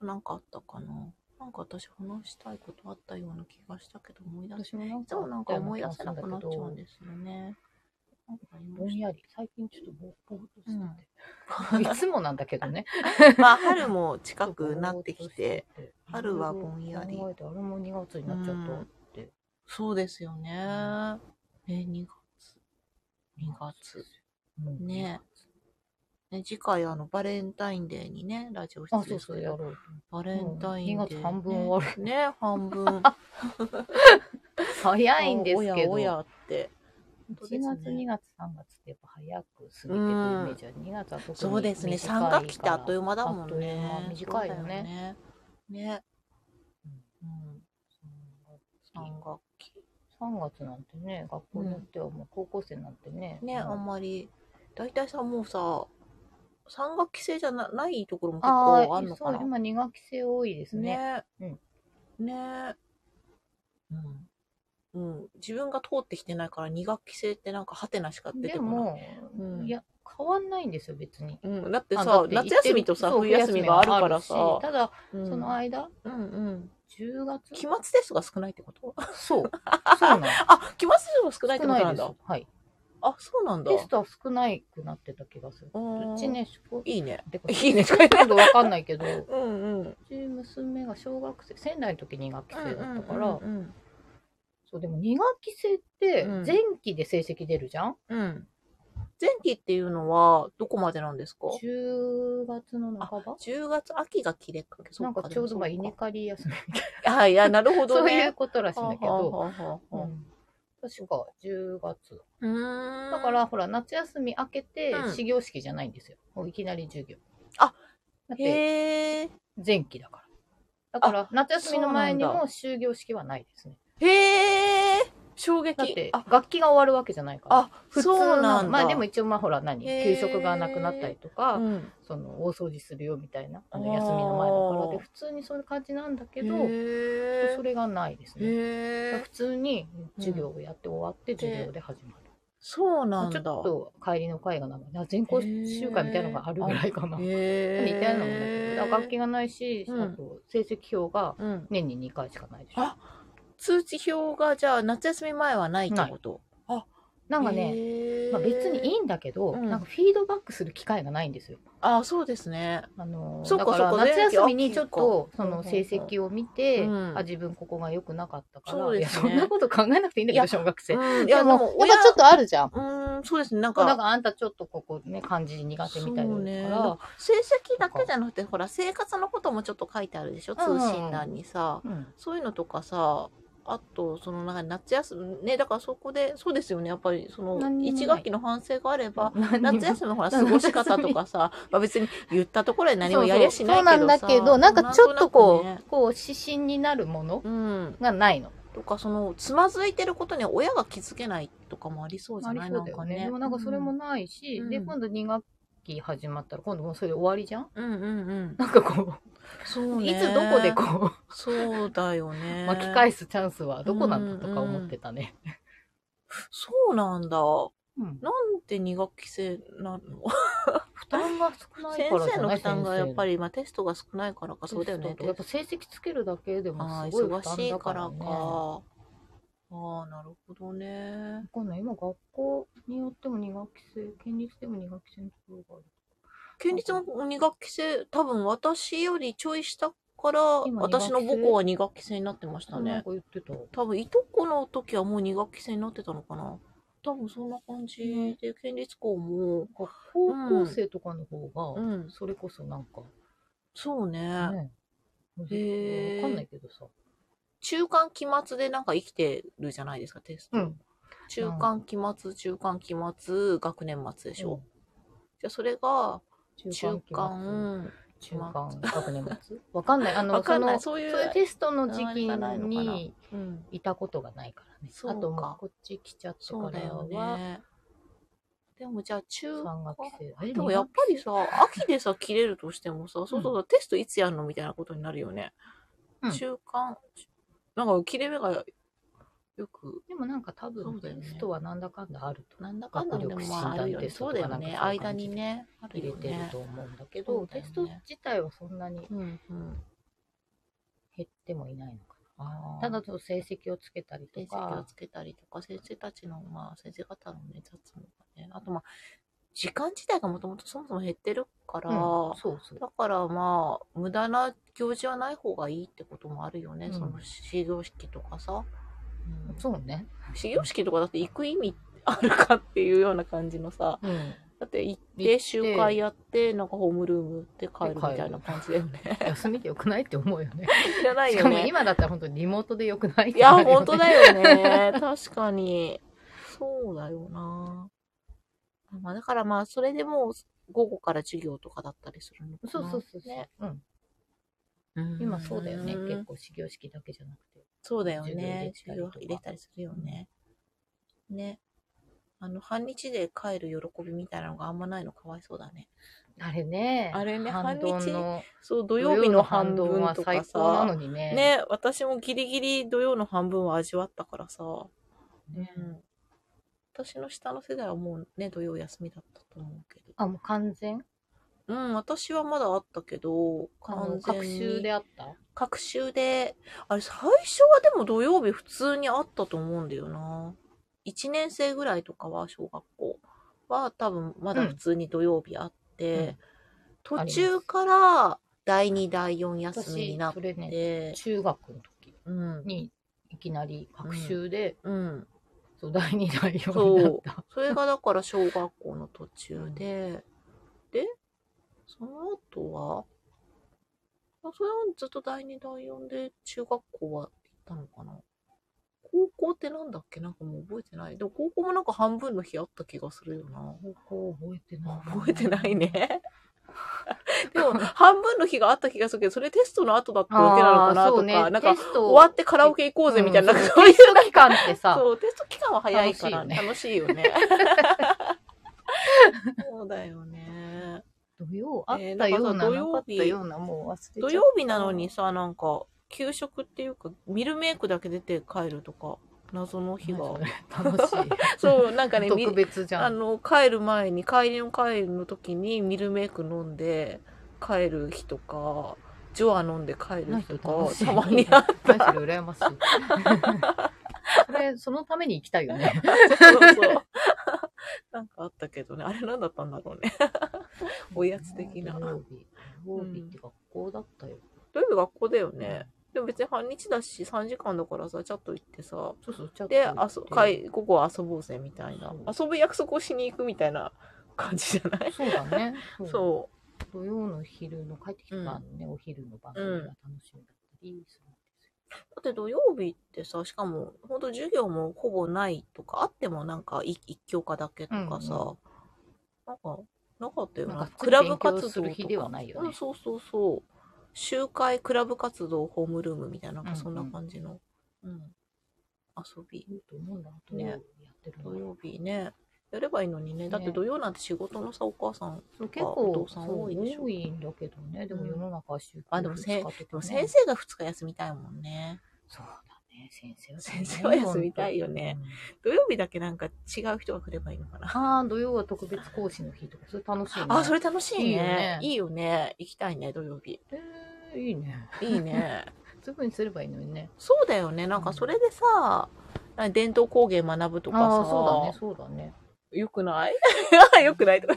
毛なんかあったかななんか私話したいことあったような気がしたけど思い出せ私もなんいつもなんか思い出せなくなっちゃぼうんですよねなんかありまんしやり。最近ちょっとぼぼーっとしてて。いつもなんだけど [laughs] ね。た [laughs] まあ春も近くなってきて、春はぼんやり考えてあれも2月になっちゃったって。そうですよねんえ2月2月もうねね次回あのバレンタインデーにねラジオ出あ、そう演すそう、るやろう。バレンタインデー、ね、もう二月半分終わるね半 [laughs] 分早いんですけど。おやおやって当です1ね月、2月、3月ってやっぱ早く過ぎてるイメージは、2月は特に短いから。そうですね3学期ってあっという間だもあっんというね間短いよねそうだねねうん3学期3月なんてね、学校によってはもう高校生なんてね。ね、あんままり大体さもうさ3学期制じゃなないところも結あ構あるのかそう、な今2学期生多いですね。ねうんねうん、うん、自分が通ってきてないから2学期制ってなんかハテナしか出でてこないも、うんいや、変わんないんですよ、別に。うん、だってあさだって夏休みとさそう冬休みがあるからさ冬休みがあるしただ、うんその間、うんうん10月期末テストが少ないってこと [laughs] そう。そうなんです。あ期末テストが少ないって少こなとないんですだ。はい。あそうなんだテストは少ないくなってた気がする。うーんうちね、宿いいねてかいいねちょっとわかんないけど、 [laughs] ううんうんち娘が小学生、仙台の時に学期生だったから、うんそう、でも2学期生ってうん前期で成績出るじゃん、うん前期っていうのはどこまでなんですか ?10 月の半ば10月秋が切れかけそなんかちょうどまあでも稲そう刈り休みみたいかあいやなるほな、そどういうねことらしいんだけど、はあはあはあはあうん確か10月。うーんだから、ほら、夏休み明けてうん始業式じゃないんですよ。もういきなり授業。あだってへえ前期だから。だから、夏休みの前にそうなも終業式はないですね。へえ衝撃だって、あ楽器が終わるわけじゃないから。あそうなんだまあでも一応、まあほら何、へー給食がなくなったりとか、うんその、大掃除するよみたいな、あのあー休みの前だからで、普通にそういう感じなんだけど、へそれがないですね。だかえら普通に授業をやって終わって、授業で始まる。そうなんちょだっと帰りの会がなんかな全校集会みたいなのがあるぐらいかな。へ似えたようなもんだけど、だから楽器がないし、うんあと成績表がうん年に2回しかないでしょ。あ通知表がじゃあ夏休み前はないってことなんかね、へーまあ、別にいいんだけど、うんなんかフィードバックする機会がないんですよ。あそうですねあのーそっかだからそっか夏休みに前期ちょあっとそうんうんうのん成績を見て、うんあ自分ここが良くなかったから、そうですねいやそんなこと考えなくていいんだいけどや小学生。うんいでやでももやっぱちょっとあるじゃん。うーんそうですねなんなんかかあんたちょっとここね漢字苦手みたいそうだねから、成績だけじゃなくてほら生活のこともちょっと書いてあるでしょうんうん通信欄にさ、うんそういうのとかさあとその中に夏休みねだからそこでそうですよねやっぱりその何にもな1い学期の反省があれば何にも夏休みのほら過ごし方とか [laughs] さ、まあ、別に言ったところで何もやりゃしないけどそうそうそうなんだけど、なんかちょっとこう、なんとなくねこう、指針になるものうん、がないの。とかそのつまずいてることに親が気づけないとかもありそうじゃないなんかねでもなんかそれもないし、で、今度2学期始まったら、今度もうそれで終わりじゃんうんうんうんなんかこそうう、ねいつどこでこそうだよう、ね巻き返すチャンスはどこなんだとか思ってたね。そうなんだうんなんて2学期制なの負担が少ない先からじ生ゃのない負担がやっぱり。り、まあ、テストが少ないからかそうだよねやっぱ成績つけるだけであもあすごい負忙し担いだかかららかね。。ああ、なるほどね。かんない。今、学校によっても2学期制、県立でも2学期制のところがある。県立も2学期制、多分私よりちょい下から、今私の母校は2学期制になってましたなんね。か言ってた。多分いとこの時はもう2学期制になってたのかな。多分そんな感じで、県立校も、高校生とかの方うが、ん、それこそなんか、そうね。ね、わへーかんないけどさ。中間期末でなんか生きてるじゃないですか、テスト。うん中間期末、中間期末、学年末でしょ。じゃあそれが、中中間間、期末、中間学年末わかんない。あの、わかんない、そそういのう。そういうテストの時期あれがないのかなにうん、いたことがないからね。そうあかと、もうこっち来ちゃってそうかだらよは、ね。でもじゃあ中、 3学期生。あれでもやっぱりさ、秋でさ、切れるとしてもさ、そうそう、テストいつやるのみたいなことになるよね。うん中間、なんか切れ目がよく、でもなんか多そう分だよねテストはなんだかんだあるとなんだかんだでも学力まああるよね。診断テストそとうかだなんよかそういねう。感じで間にね、ある入れよてるね。と思うんだけどそうだよテねスト自体はそんなにうんうん。減ってもいないのかあなーただと成績をつけたりと成績をかつけたりとか、先生たちの、まあ、先生方のね、雑務がね。あとまあ、時間自体がもともとそもそも減ってるから、うんそうそうだからまあ、無駄な行事はない方がいいってこともあるよね。うんその始業式とかさ。うんそうね始業式とかだって行く意味あるかっていうような感じのさ。うんだって行っ行ってて集会やって、なんかホームルームで帰るみたいな感じだよ [laughs] ね。休みでよくないって思うよねいらないしよかもね。今だったら本当にリモートでよくないっいてや、なるよ本当ねだよね。確かに。そうだよな。まあだからまあ、それでもう午後から授業とかだったりするのかな。そうそうそうそうね。うんうん今そうだよね結構始業式だけじゃなくてそうだよ授業ね授業入入れたり。とかれたりするよね。ね。あの、半日で帰る喜びみたいなのがあんまないのかわいそうだね。あれねあれね反動半日のそう、土曜日の半土曜分の反と動はか最高なさ。のにねね、私もギリギリ土曜の半分は味わったからさ。ねうん。私の下の世代はもうね、土曜休みだったと思うけど。あもう完全うん、私はまだあったけど、あの完全隔に。週であった隔週で、あれ、最初はでも土曜日普通にあったと思うんだよな。1年生ぐらいとかは、小学校は多分まだ普通に土曜日あって、うん途中から第2、第4休みに私なっそれねて、中学の時うん、にいきなり学習で、うん。そう第2代4になったそれがだから小学校の途中で、で、その後は、あそれはずっと第2、第4で中学校は行ったのかな。高校ってなんだっけなんかもう覚えてない。でも高校もなんか半分の日あった気がするよな。高校覚えてない覚えてないね。 [laughs] でも半分の日があった気がするけど、それテストの後だったわけなのかなあーとそか、うねなんかテスト終わってカラオケ行こうぜみたいな、うんなんかそういうテスト期間ってさそう、テスト期間は早いから楽しいよね。 [laughs] そうだよね。土曜あっえーたようなな,、んかさ土曜日なかったようなもう忘れちゃった土曜日なのにさ、なんか、給食っていうか、ミルメイクだけ出て帰るとか、謎の日が。何 [laughs] それ楽しい [laughs] そう、なんかね、み特別じゃあんの、帰る前に、帰りの帰りの時にミルメイク飲んで帰る日とか、ジョア飲んで帰る日と楽しか、いたまにあっ何それ羨ま [laughs] しいそれそのために行きたいよねた。そうそう。 [laughs] なんかあったけどね、あれ何だったんだろうね。おやつ的な土曜日土曜日って学校だったよ、土曜日学校だよね。でも別に半日だし3時間だからさちゃっと行ってさそうそうちょっとであそかい午後遊ぼうぜみたいな遊ぶ約束をしに行くみたいな感じじゃないそうだねそうそう土曜の昼の帰ってきたのね、お昼の番組が楽しみだったりするんですよ。だって土曜日ってさしかもほんと授業もほぼないとかあってもなんかい一教科だけとかさ、うんうなんかなかったよななんかクラブ活動とか勉強する日ではないよねうん、そうそうそう集会クラブ活動ホームルームみたいななんうかんうんそんな感じの、うん遊びいいと思うんだなとねやってるの土は曜日ねやればいいのにねだってね土曜なんて仕事のさお母さんそうか結お構父さんそう多多いでしょいんだけどね、でも世の中は週休あでもせ二日とかねでも先生が2日休みたいもんねそうだね、先生は先生は休みたいよね。うん土曜日だけなんか違う人が来ればいいのかなああ、土曜は特別講師の日とか、それ楽しいね。あそれ楽しいいいよねねいいよね行きたいね土曜日えーいいね。いいね [laughs] そういうふうにすればいいのにね。そうだよねなんかそれでさなんか伝統工芸学ぶとかさああ、そうだね、そうだね。よくない [laughs] よくないとか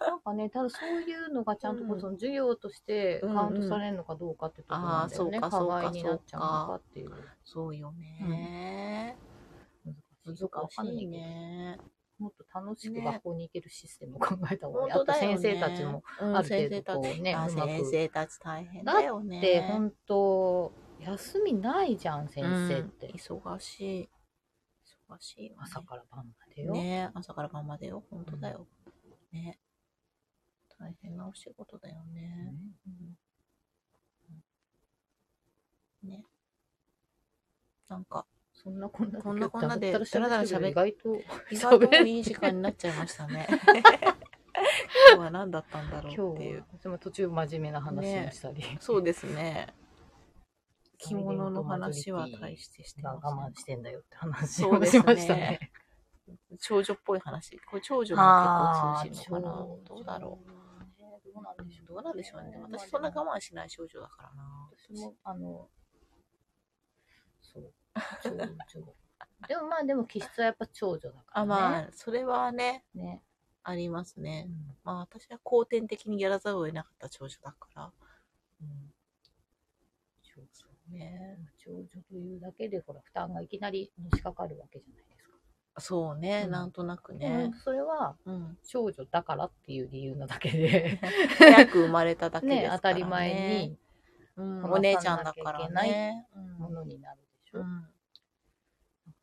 なんかね、ただそういうのがちゃんとこううんその授業としてカウントされるのかどうかってところなんだよね。あーそうか課そうか外になっちゃうのかっていう。そうよね、難しいねもっと楽しくね学校に行けるシステムを考えた方が本いい。当あとだよね先生たちも。うんある程度先生たこちうねあうまく先生たち大変だよねで、本当休みないじゃん、先生って。うん忙しい忙しいよね朝から晩までよ。ね朝から晩までよ本当だよ、ね大変なお仕事だようね、んなん [laughs] かそんなこんなこんなこんなでだらだら喋ってる意外と意外と喋るいい時間になっちゃいました [laughs] ね今日は何だったんだ今ろうって日いうはでも途中真面目な話をしたり、そうですね着物の話は大してしてがま我慢すしてんだよって話そうをですしねましたね。長女っぽい話これ長女も結構通じるのかなどうだろうう。どうなんでしょう。どうなんでしょうね私そんな我慢しない少女だからな私もあのそう長女でもまあでも気質はやっぱ長女だから、ね。あまあそれはねね。ありますねうんまあ私は後天的にやらざるを得なかった長女だからうん長女ね長女というだけでほら負担がいきなりのしかかるわけじゃないですか。そうね、うんなんとなくでねも、それは [laughs] うん、長女だからっていう理由なだけ [laughs] で、早く生まれただけですからねね、当たり前にうん、こおな姉さちゃんなだきゃいけからないね、ものになるでしうんょ。うなんかん、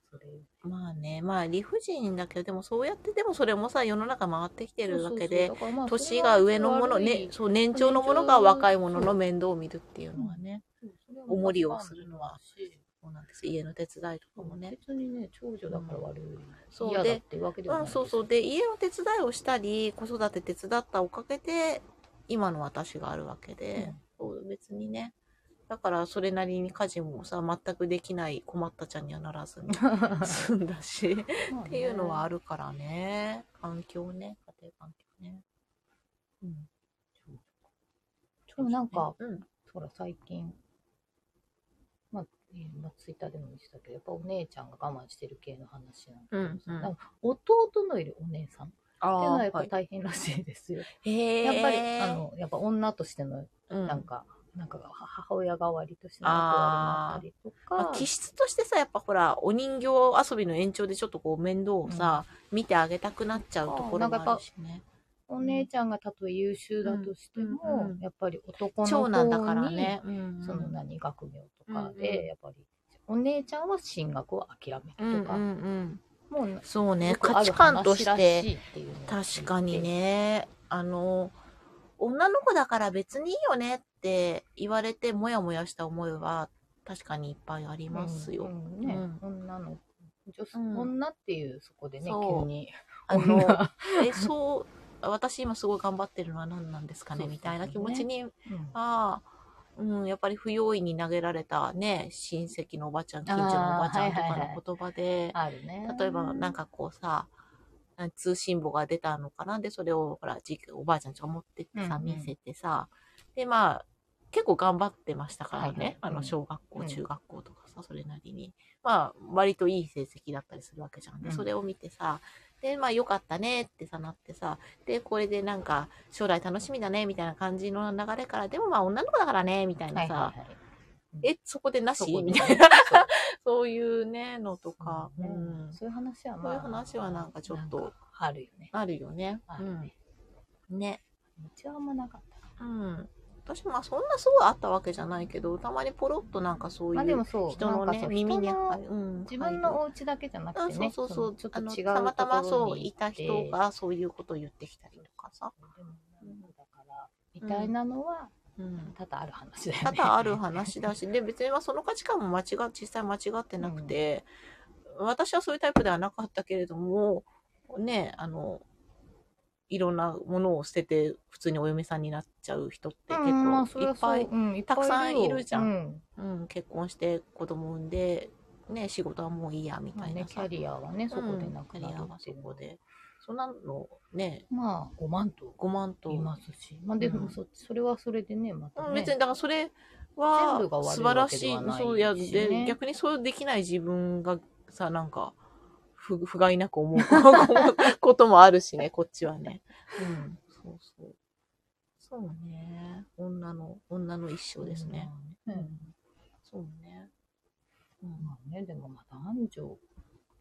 それまあねまあ理不尽だけどでもそうやってでもそれもさ世の中回ってきてるわけでそうそうそうだからまあ年が上のものそれはねそう年長のものが若いものの面倒を見るっていうのはねそうそれはおもりをするのはしそうなんです家の手伝いとかもね別にね長女だから悪い、そう嫌だでっていうわけではないうん、そうそううで家の手伝いをしたり子育て手伝ったおかげで今の私があるわけで、そう別にねだからそれなりに家事もさ全くできない困ったちゃんにはならず [laughs] に済んだしっっていうのはあるるからね環境ね家庭環境ね、うん、でもなんかうん、ほら最近まあ、えーまあ、ツイッターでも見てたけどやっぱお姉ちゃんが我慢してる系の話なんだけどさうんうんなんか弟のいるお姉さんってあいうのはやっぱはい大変らしいですよ、へやっぱりーあのやっぱ女としてのうんなんか、なんかは母親代わりとしての役割があったりとまかあ、気質としてさやっぱほらお人形遊びの延長でちょっとこう面倒をさ、見てあげたくなっちゃうところもあるしねお姉ちゃんがたとえ優秀だとしても、うんうんやっぱり男の子に長男だからね、うんその何学業とかうんで、うんやっぱりお姉ちゃんは進学を諦めるとか、うんうんうんもうそうねよく価ある値観とし話らていっていうのを聞いて確かにねあの女の子だから別にいいよねって言われてモヤモヤした思いは確かにいっぱいありますよ、うんうんねうん女の女子、うん女っていうそこでねそう急にあの女えそう私今すごい頑張ってるのは何なんですかねそうそうそうみたいな気持ちにうんああ、うん、やっぱり不用意に投げられたね、親戚のおばちゃん、近所のおばちゃんとあーはかいはいはいの言葉で、 [laughs] あるね例えばなんかかこうさ、あ通信簿が出たのかなで、それをほら、じおばあちゃんちが持ってってさ、うんうん見せてさ、で、まあ、結構頑張ってましたからね、はいはいあうんの、小学校、うん中学校とかさ、それなりに。まあ、割といい成績だったりするわけじゃん。うで、んそれを見てさ、で、まあ、よかったねってさ、なってさ、で、これでなんか、将来楽しみだね、みたいな感じの流れから、でもまあ、女の子だからね、みたいはないさ、はいはいえ、そこでなしそこでみたいな、そう [laughs] そういうね、のとか、そううねん、そういう話はまそあういう話はなんかちょっとなんかあるよねあるよね。あうるんね、ね。うちはあんまなかったなうん。私もまあそんなすごいあったわけじゃないけど、たまにポロッとなんかそうまあでいもうそう人のなんねか、そう耳に人の入るうん自分のお家だけじゃ入なくるてうんね、そうそうそう。ちょっとあの違うたまたまとこそろう、にい行たって人がそういうことを言ってきたりとかさ。でもなんだからみたいなのはうん。多々ある話だよね。多々ある話だし、で、別にまあその価値観も間違、実際間違ってなくて、私はそういうタイプではなかったけれども、ね、あの、いろんなものを捨てて、普通にお嫁さんになっちゃう人って結うんまあそ構れいはっそぱうい、うんいっぱいたくさんいるじゃんいようんうん、結婚して子供産んで、ね、仕事はもういいや、みまたあいなね、キャリアはねそこでなくなうんキャリアるはってそいうのこはで。そんなの、ね、まあ5万と5万と。いますしまあでうもんそそれはそれでねまたうんね別にだからそれ全は部が悪い素晴らしいわけではないしねそうやで逆にそうできない自分がさ、なんか、ふ、不甲斐なく思うこともあるしね、こ [laughs] っちはね。うん、そうそう。そうね。女の、女の一生ですね。。うんそうね。うん。まあね、でもまあ男女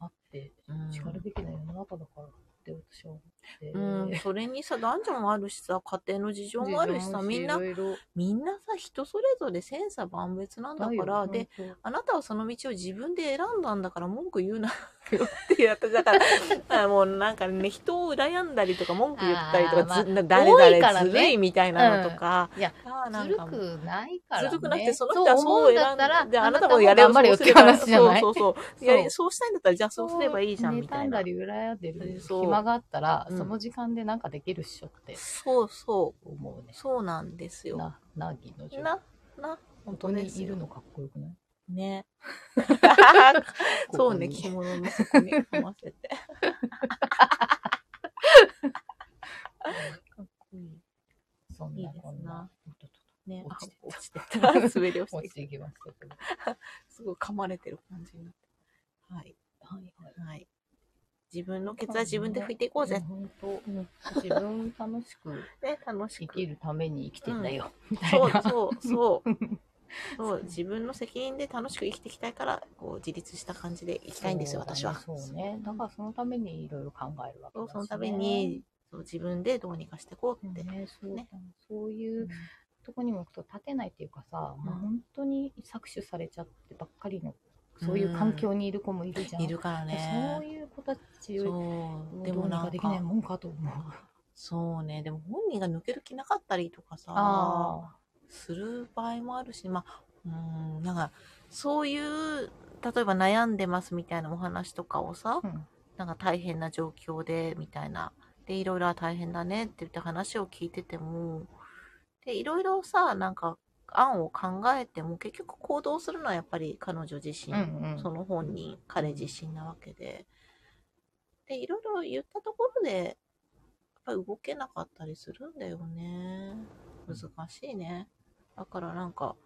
あって、うんしかるべきな世の中だからって私は思って。うん、それにさ、男女もあるしさ、家庭の事情もあるしさ、みんな事、情もいろいろみんなさ、人それぞれ千差万別なんだだかよら、で、、本あなたはその道を自分で選んだんだから文句言うなよってやった。だから、 [laughs] あもうなんかね、人を羨んだりとか文句言ったりとか、あーまあずな多誰いから々ねずるいみたいなのとか、うんいやあー当なずんるかもうくないから、ね。ずるくなくて、その人は思そう選だんったらだ。で、あなたもやれ頑張れよって話じゃない。そうそうそう。そうやりそうしたいんだったら、じゃあそうすればいいじゃんみたいな妬んだ。り羨んでるそう暇があったら、うんその時間でなんかできるっしょってそうそ思うう。ね。そうなんですよ。な、なぎの状態。な、な、こ本こ当でにすいるよ。のかっこよくない [laughs] ね。ここそうね、に着物のそこにかま [laughs] せて。かっこいい。そんなこんな。ね、あ落ちて落ちてた。滑り落落ちてちていきましたけど。すごい噛まれてる感じになって。はい。はいはい。はい。自分のケツは自分で拭いていこうぜ。本当、自分を楽しくね、楽し生く。きるために生きてんだよ。みたいそうな。 [laughs] そうそう。そう自分の責任で楽しく生きていきたいからこう自立した感じで生きたいんですよ、私はそうだねそうね。だからそのためにいろいろ考えるわけそだしねうそのために、そう自分でどうにかしていこうって、ね、そうねそういうとこにも行くと立てないっていうかさ、まあ、うん本当に搾取されちゃってばっかりのそういう環境にいる子もいるじゃん、いるからそうねいう子たちよりそうでどうもになかんできないかもんかと思うそうねでも本人が抜ける気なかったりとかさあする場合もあるし、まあ、うーん、なんか、そういう、例えば悩んでますみたいなお話とかをさあ、うんなんか大変な状況で、みたいな。で、いろいろあ大変だねって言って話を聞いてても、で、いろいろさ、なんか案を考えても、結局行動するのはやっぱり彼女自身、うんうん [laughs] その本人、彼自身なわけで。で、いろいろ言ったところで、やっぱり動けなかったりするんだよね。難しいね。だからなんか、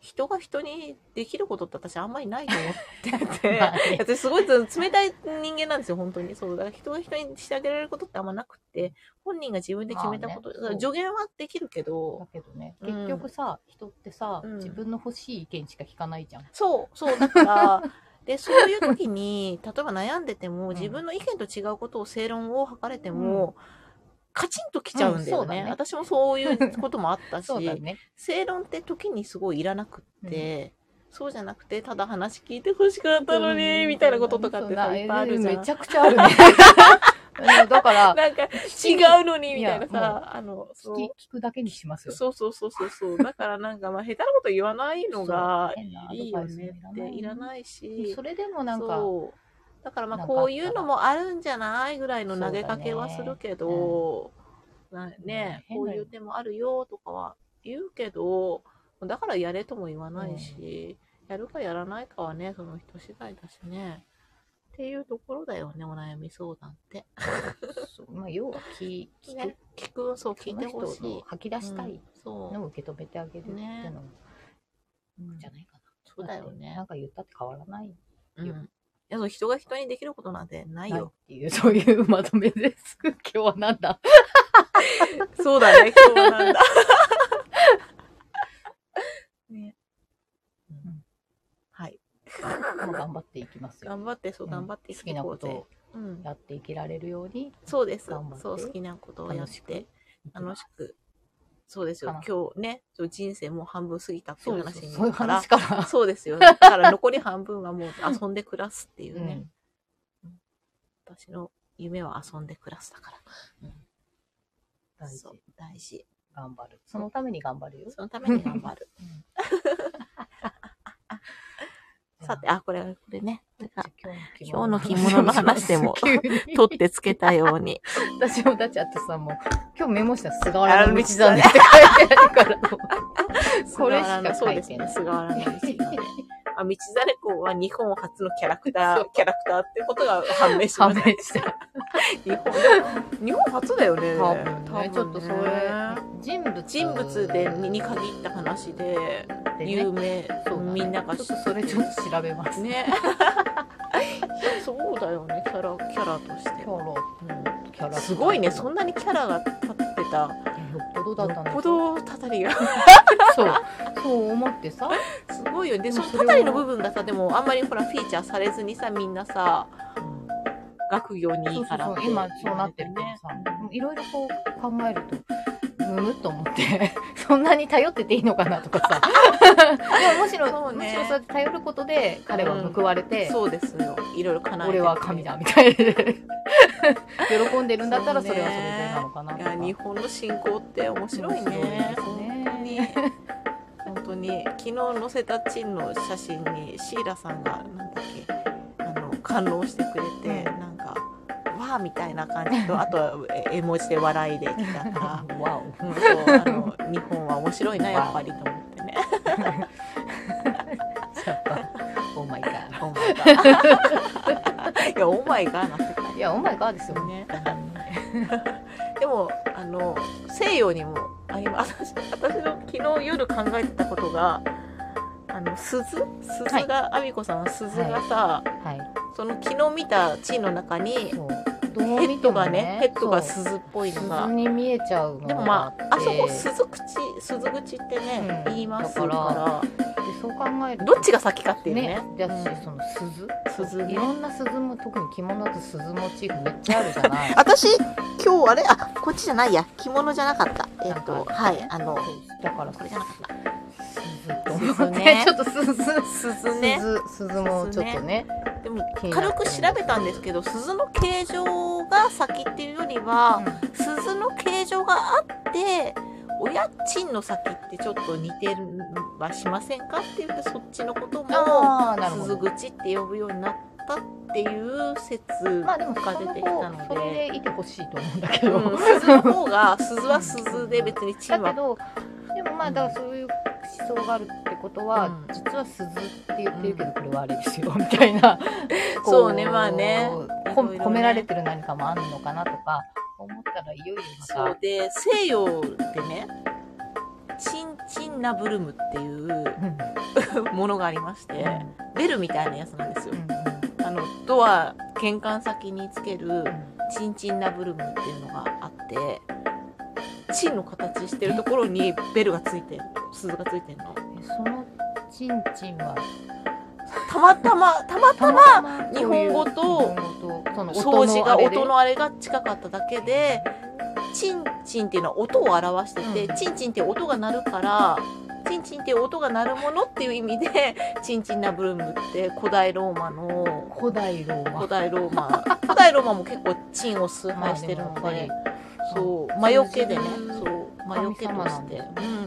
人が人にできることって私あんまりないと思って [laughs] て、まあね私すごい冷たい人間なんですよ、本当に。そう、だから人が人にしてあげられることってあんまなくて、本人が自分で決めたこと、まあねだから助言はできるけだど、けど [laughs] ね、うん結局さ人ってさ、うん自分の欲しい意見しか聞かないじゃん、そう、そう、だ [laughs] から、で、そういう時に、例えば悩んでても、ん自分の意見と違うことを正論を吐かれても、カチンときちゃうんだうよんそうね。だね私もそういうこともあったし、 [laughs] そうだね正論って時にすごいいらなくって、そうじゃなくて、ただ話聞いて欲しかったのに、みたいなこととかってそさういっぱいあるじゃんめち。ゃくちゃあるねうんだか [laughs] らなんか違うのに、みたいないやもうさ、あの、そ聞うき聞くだけにしますよそうそうそうそうそう。だからなんか、まあ、下手なこと言わないのが [laughs] そう変なアドいいバよイスもねいらっないて、ねいらないし。それでもなんかそうだからまなあんかあったこらういうのもあるんじゃないぐらいの投げかけはするけど、なね、うんこういう手もあるよとかは言うけどだからやれとも言わないし、やるかやらないかはねその人次第だしねっていうところだよねお悩み相談ってそうまあ、要は聞聞く、ね聞くそう聞いてほしその人いの吐き出したうんいのそを受け止めてあげるっていうのねも、う、うんじゃないかな。そうだよってねなんか言ったって変わらないうんいやそう人が人にできることなんてないないよっていう、そういうまとめです。今日はなんだそうだ [laughs] ね、今日なんだ。ね。んはい。まあ頑張っていきますよ。頑張って、そう、うん頑張って好きなこと生をきていこうぜうん。やっていけられるように、そうです頑張っ。てそう、好きなことをやっ楽しくて、。楽しく。そうですよかな。今日ね、そう人生もう半分過ぎたっていそうう話そうにそうないうるから。話から。そうですよ。だから残り半分 [laughs] はもう遊んで暮らすっていうね。私の夢は遊んで暮らすだかうんら。大事そう、大事。頑張る。そのために頑張るよ。そのために頑張る。 [laughs] さて、あ、これ、これね。なんかじゃあ今日の着物の話でも急に取ってつけたように。私もだってあとさ、もう、今日メモしたら菅あ原のの道道真真ねって書いてあるから、もうこれしか書そういですてねな。い。菅原の道真 [laughs] ね。 [laughs] あ、道真公は日本初のキャラクタ [laughs] そー、キャラクターってことが判明しま判し明た。した。日本、日本初だよね。多多分分ねね、ちょっとそれ、人物人物でにに限った話で、でね有名、そうだねみんながちょっ知 [laughs] とそれちょっと調べます。ね。そうだよねキャラキャラとしてキャラうキャんラすごいねそなんなにキャラが立ってたよよっぽどだったんっだぽどたたりがそうそう思ってさすごいよねででそものそれたをたりの部分がさでもあんまりほらフィーチャーされずにさみんなさ学業にいそういそかうらそっうて今そうなってるけどさいろいろこう考えるとむむっと思って [laughs] そんなに頼ってていいのかなとかさ [laughs] でもむしそろ、うねむしろそうやって頼ることで彼は報われて、そうですよいろいろ叶えて俺は神だみたいな喜んでるんだったらそれはそれでなのかなといかや日本の信仰って面白いね面白いで本当に本当に昨日載せたチンの写真にシーラさんがなんだっけあの感動してくれて、うんなんかわあみたいな感じとあとはえ絵文字で笑いできたか [laughs] わおらうんそうあの日本は面白いなやっぱりと思って [laughs] ね。ちょっとオーマイガーオーマイガーいやオーマイガーな世界いやオーマイガーですよねねでもあの西洋にもあります私 [laughs] 私の昨日夜考えてたことがあの鈴鈴が、阿美子さんは鈴がさ、はいその昨日見た地位の中にそうヘどう見ッてドもがねヘッドがそう鈴っぽいのが鈴に見えちゃうのでもまああそこで鈴口鈴口ってね、うん言いますかだらかそう考えるとどっちが先かっていうねねだし、うんその鈴鈴ねいろんな鈴も特に着物だと鈴モチーフめっちゃあるじゃない私今日あれあこっちじゃないや着物じゃなかった [laughs] えっ、となんかはいあのだからこれじゃなかった鈴と思っ [laughs] て、鈴ねちょっと鈴鈴ね鈴鈴もちょっとねでも気になる軽く調べたんですけど鈴の形状が先っていうよりは、鈴の形状があってお家賃の先ってちょっと似てるはしませんかって言ってそっちのこともああなるほ鈴ど口って呼ぶようになったっていう説まあでもが出てきたのそれで。でいてほしいと思うんだけど、うん、鈴の方が鈴は鈴で別にチンだはけどでもまあだからそういう思想があるってことは、うん実は鈴って言ってるけどこれはあれですよみ [laughs] たいなこそうねまあねこいろいろね込められてる何かもあるのかなとか思ったらいよいよそまうで西洋でねチンチンナブルムっていうた、うんものがありまして、ベルみたいなやつなんですよう、んうあのドア玄関先につけるんチンチンナブルムっていうのがあってチンの形してるところにベルがついてる鈴がついてるのえそのチンチンはたまたまたまたまたま日本語とそういう日本語とその掃除があれで音のあれが近かっただけでチンチンっていうのは音を表してて、うんチンチンって音が鳴るからチンチンって音が鳴るものっていう意味で [laughs] チンチンナブルムって古代ローマの古代ローマ古代ロー [laughs] マ古代ローマも結構チンを崇まあ拝してるのも [laughs] やでっぱそううん魔除けでね通じるそう魔除けと神様なしんてだようん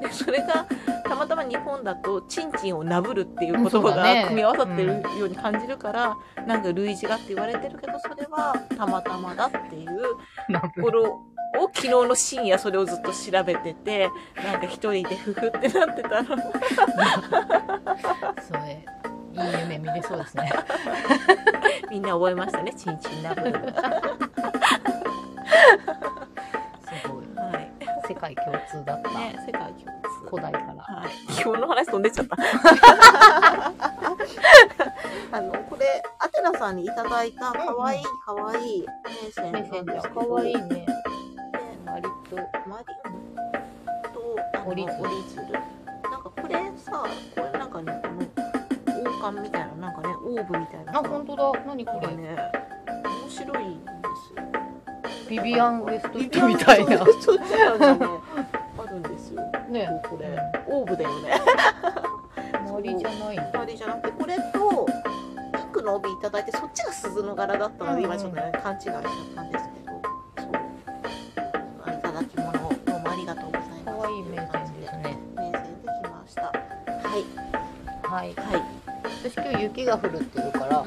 でそれがたまたま日本だと「チンチンをなぶる」っていう言葉そうだねが組み合わさってるように感じるから、なんか類似がって言われてるけどそれはたまたまだっていうりなんかところを昨日の深夜それをずっと調べててなんか一人でフフってなって [laughs] たらそれいい夢見れそうですねみんな覚えましたね「チンチンなぶる」すごいはい世界共通だった、ね世界共通古代からはい、基本の話飛んでっちゃった。 [laughs] あの、これ、アテナさんにいただいた、かわいい、かわいい、名線メッなんセンジでャすけーど。かわいいねで割とマリンとあのオオリリジジルルなんかこれさこれなんかねこの王冠みたいななんかねオーブみたいなあさ本当だ何なこんかれね面白いんですよビビアン・ウエストビウッビドアンみたいなちょっと違うのね [laughs] あるんですよねこれオーブだよね森じゃないんだあれじゃなくてこれとピンクの帯いただいてそっちが鈴の柄だったので、今ちょっとね勘違いしちゃったんですけどそういただき物どうもありがとうございますかわいい名人ですね名声できましたはいはいは私今日雪が降るって言うから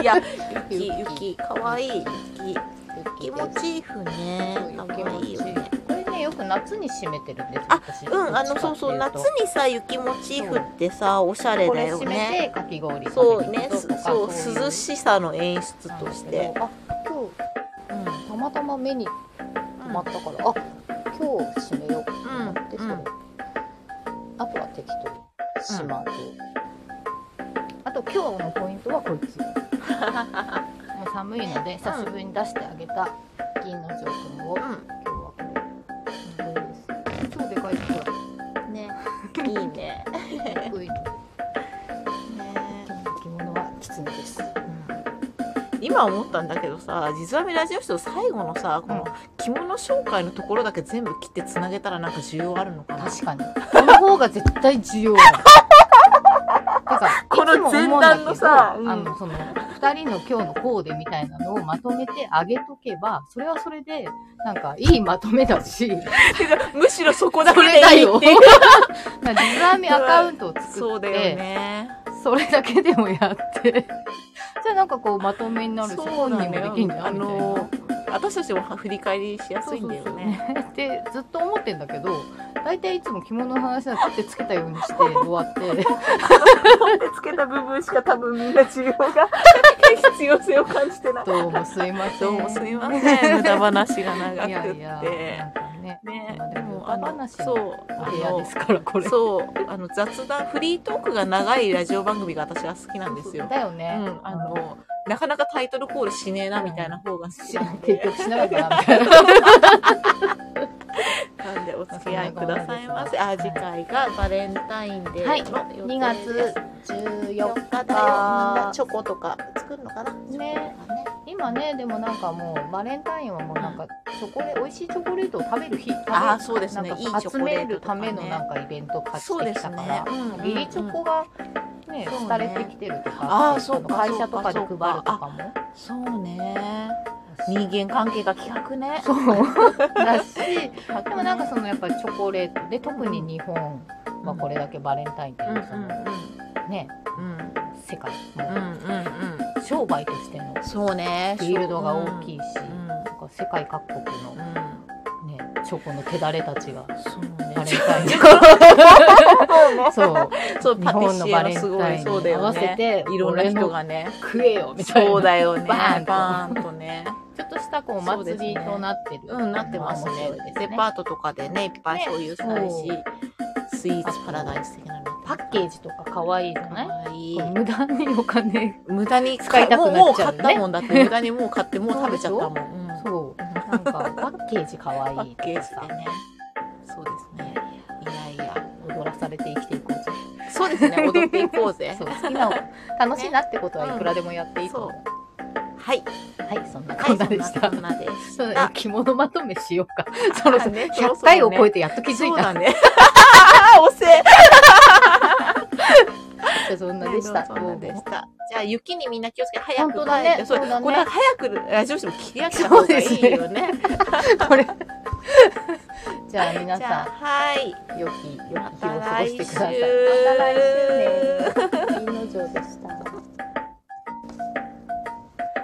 雪いいや雪雪雪かわいい雪雪雪モですチーフねそうか雪わいいよねこれねよく夏に締めてるんですあ私うんあのそうそう夏にさ雪モチーフってさおしゃれこだれよ締ねめてかき氷そうね食べに行くとかそうい涼しさの演出なんとだしけてどあ今うん日たまたま目に止まったから、あ今日締めようと思って、うんそれあとは適当に島と、あと今日のポインもう寒いので久しぶりに出してあげた銀の条君を今う日はこれすごいです超でかいですほらん [laughs] ねいいね低いねの着物は狐です今思ったんだけどさ実はミラジオ室の最後のさこの着物紹介のところだけ全部切ってつなげたらなんか需要あるのかな確かにこの方が絶対重要だてか [laughs] このいつも思うんだけ前段どのさうんあのその2人の今日のコーデみたいなのをまとめてあげとけばそれはそれでなんかいいまとめだしむし [laughs] ろそこだそけれだでいいよ [laughs] っていうなんかリザーミアカウントをそ作うっだてよねそれだけでもやって。 [laughs] じゃあなんかこうまとめになるし、そう本な人のもでよきんじゃあんみたいな。の私たちも振り返りしやすいんだよねそうそうそう。 [laughs] ってずっと思ってんだけど、大体いつも着物の話は取ってつけたようにして終わって、つけた部分しか多分みんな需要が [laughs] 必要性を感じてないどうもすいません。どうもすいません無駄話が長くっていやいや、なんかね、ねまあ、ででももああのの話そのうおあ部屋のですからこれ。そうあの雑談フリートークが長いラジオ番組が私は好きなんですよ。だようね。ん、あのなかなかタイトルコールしねえなみたいな方が好きしなんで結局しなかったなみたいな。なんでお付き合いくださいませ。あ次回がバレンタインデーのはい予2定です月。14 4日だよ。みんなチョコとか作るのかな。ねチョコとかね。今ねでもなんかもうバレンタインはもうなんかチョコレ美味しいチョコレートを食べる日食べるあーそうですねなんかいいチョ集コレめートるとたかねめのなんかイベント買そうってできすたかねら。うん義理チョコがねそうね廃れてきてるとかあーそうか会社とかでそ配うるかとそうかかもそうね。人間関係が希薄ね。そう [laughs] だしで希薄ねもなんかそのやっぱりチョコレートで特に日本はこれだけバレンタインってういんううんそのねうんうん世界うもんうんうん。う商売としてのそうね。フィールドが大きいしうんなんか世界各国のうんねチョコの手だれたちがそうねバレンタインとそう [laughs] そう日パティ本のシバエレのンすごタいインそうにだ合よわせねていろんな人がね食えよみたいなそうだよねバーンとバーンとねちょっとしたこうお祭りとなってるうんなってますねデパートとかでねいっぱいそういうされし、ねスイーツパラダイス的なのパッケージとか可愛いじゃないかわいいこう無駄にお金無駄に使いたくなっちゃうよねもうもう買ったもんだって無駄にもう買ってもう食べちゃったもん、うんそうなんかパッケージ可愛いパッケージとかでねそうですねいやいや踊らされて生きていこうぜそうですね踊っていこうぜそう好 [laughs] きな楽しいなってことはいくらでもやっていいと思ねはい、うはいそんなはこい、んなそんでなしたこんなでしそうた着物まとめしようかそろそろねそろ100そろね回を超えてやっと気づそういだ [laughs] たね遅えじゃあそんなでしねたそんなでした。じゃあ、雪にみんな気をつけて、早く帰本当っだて、ねそうそうだねこれ早くラジオしても切り上げた方がいいよね。[laughs] これじゃあ皆じゃあ、さはい。ん良き良き日をま過たご来してく週。ださいまた来週ね銀の城でした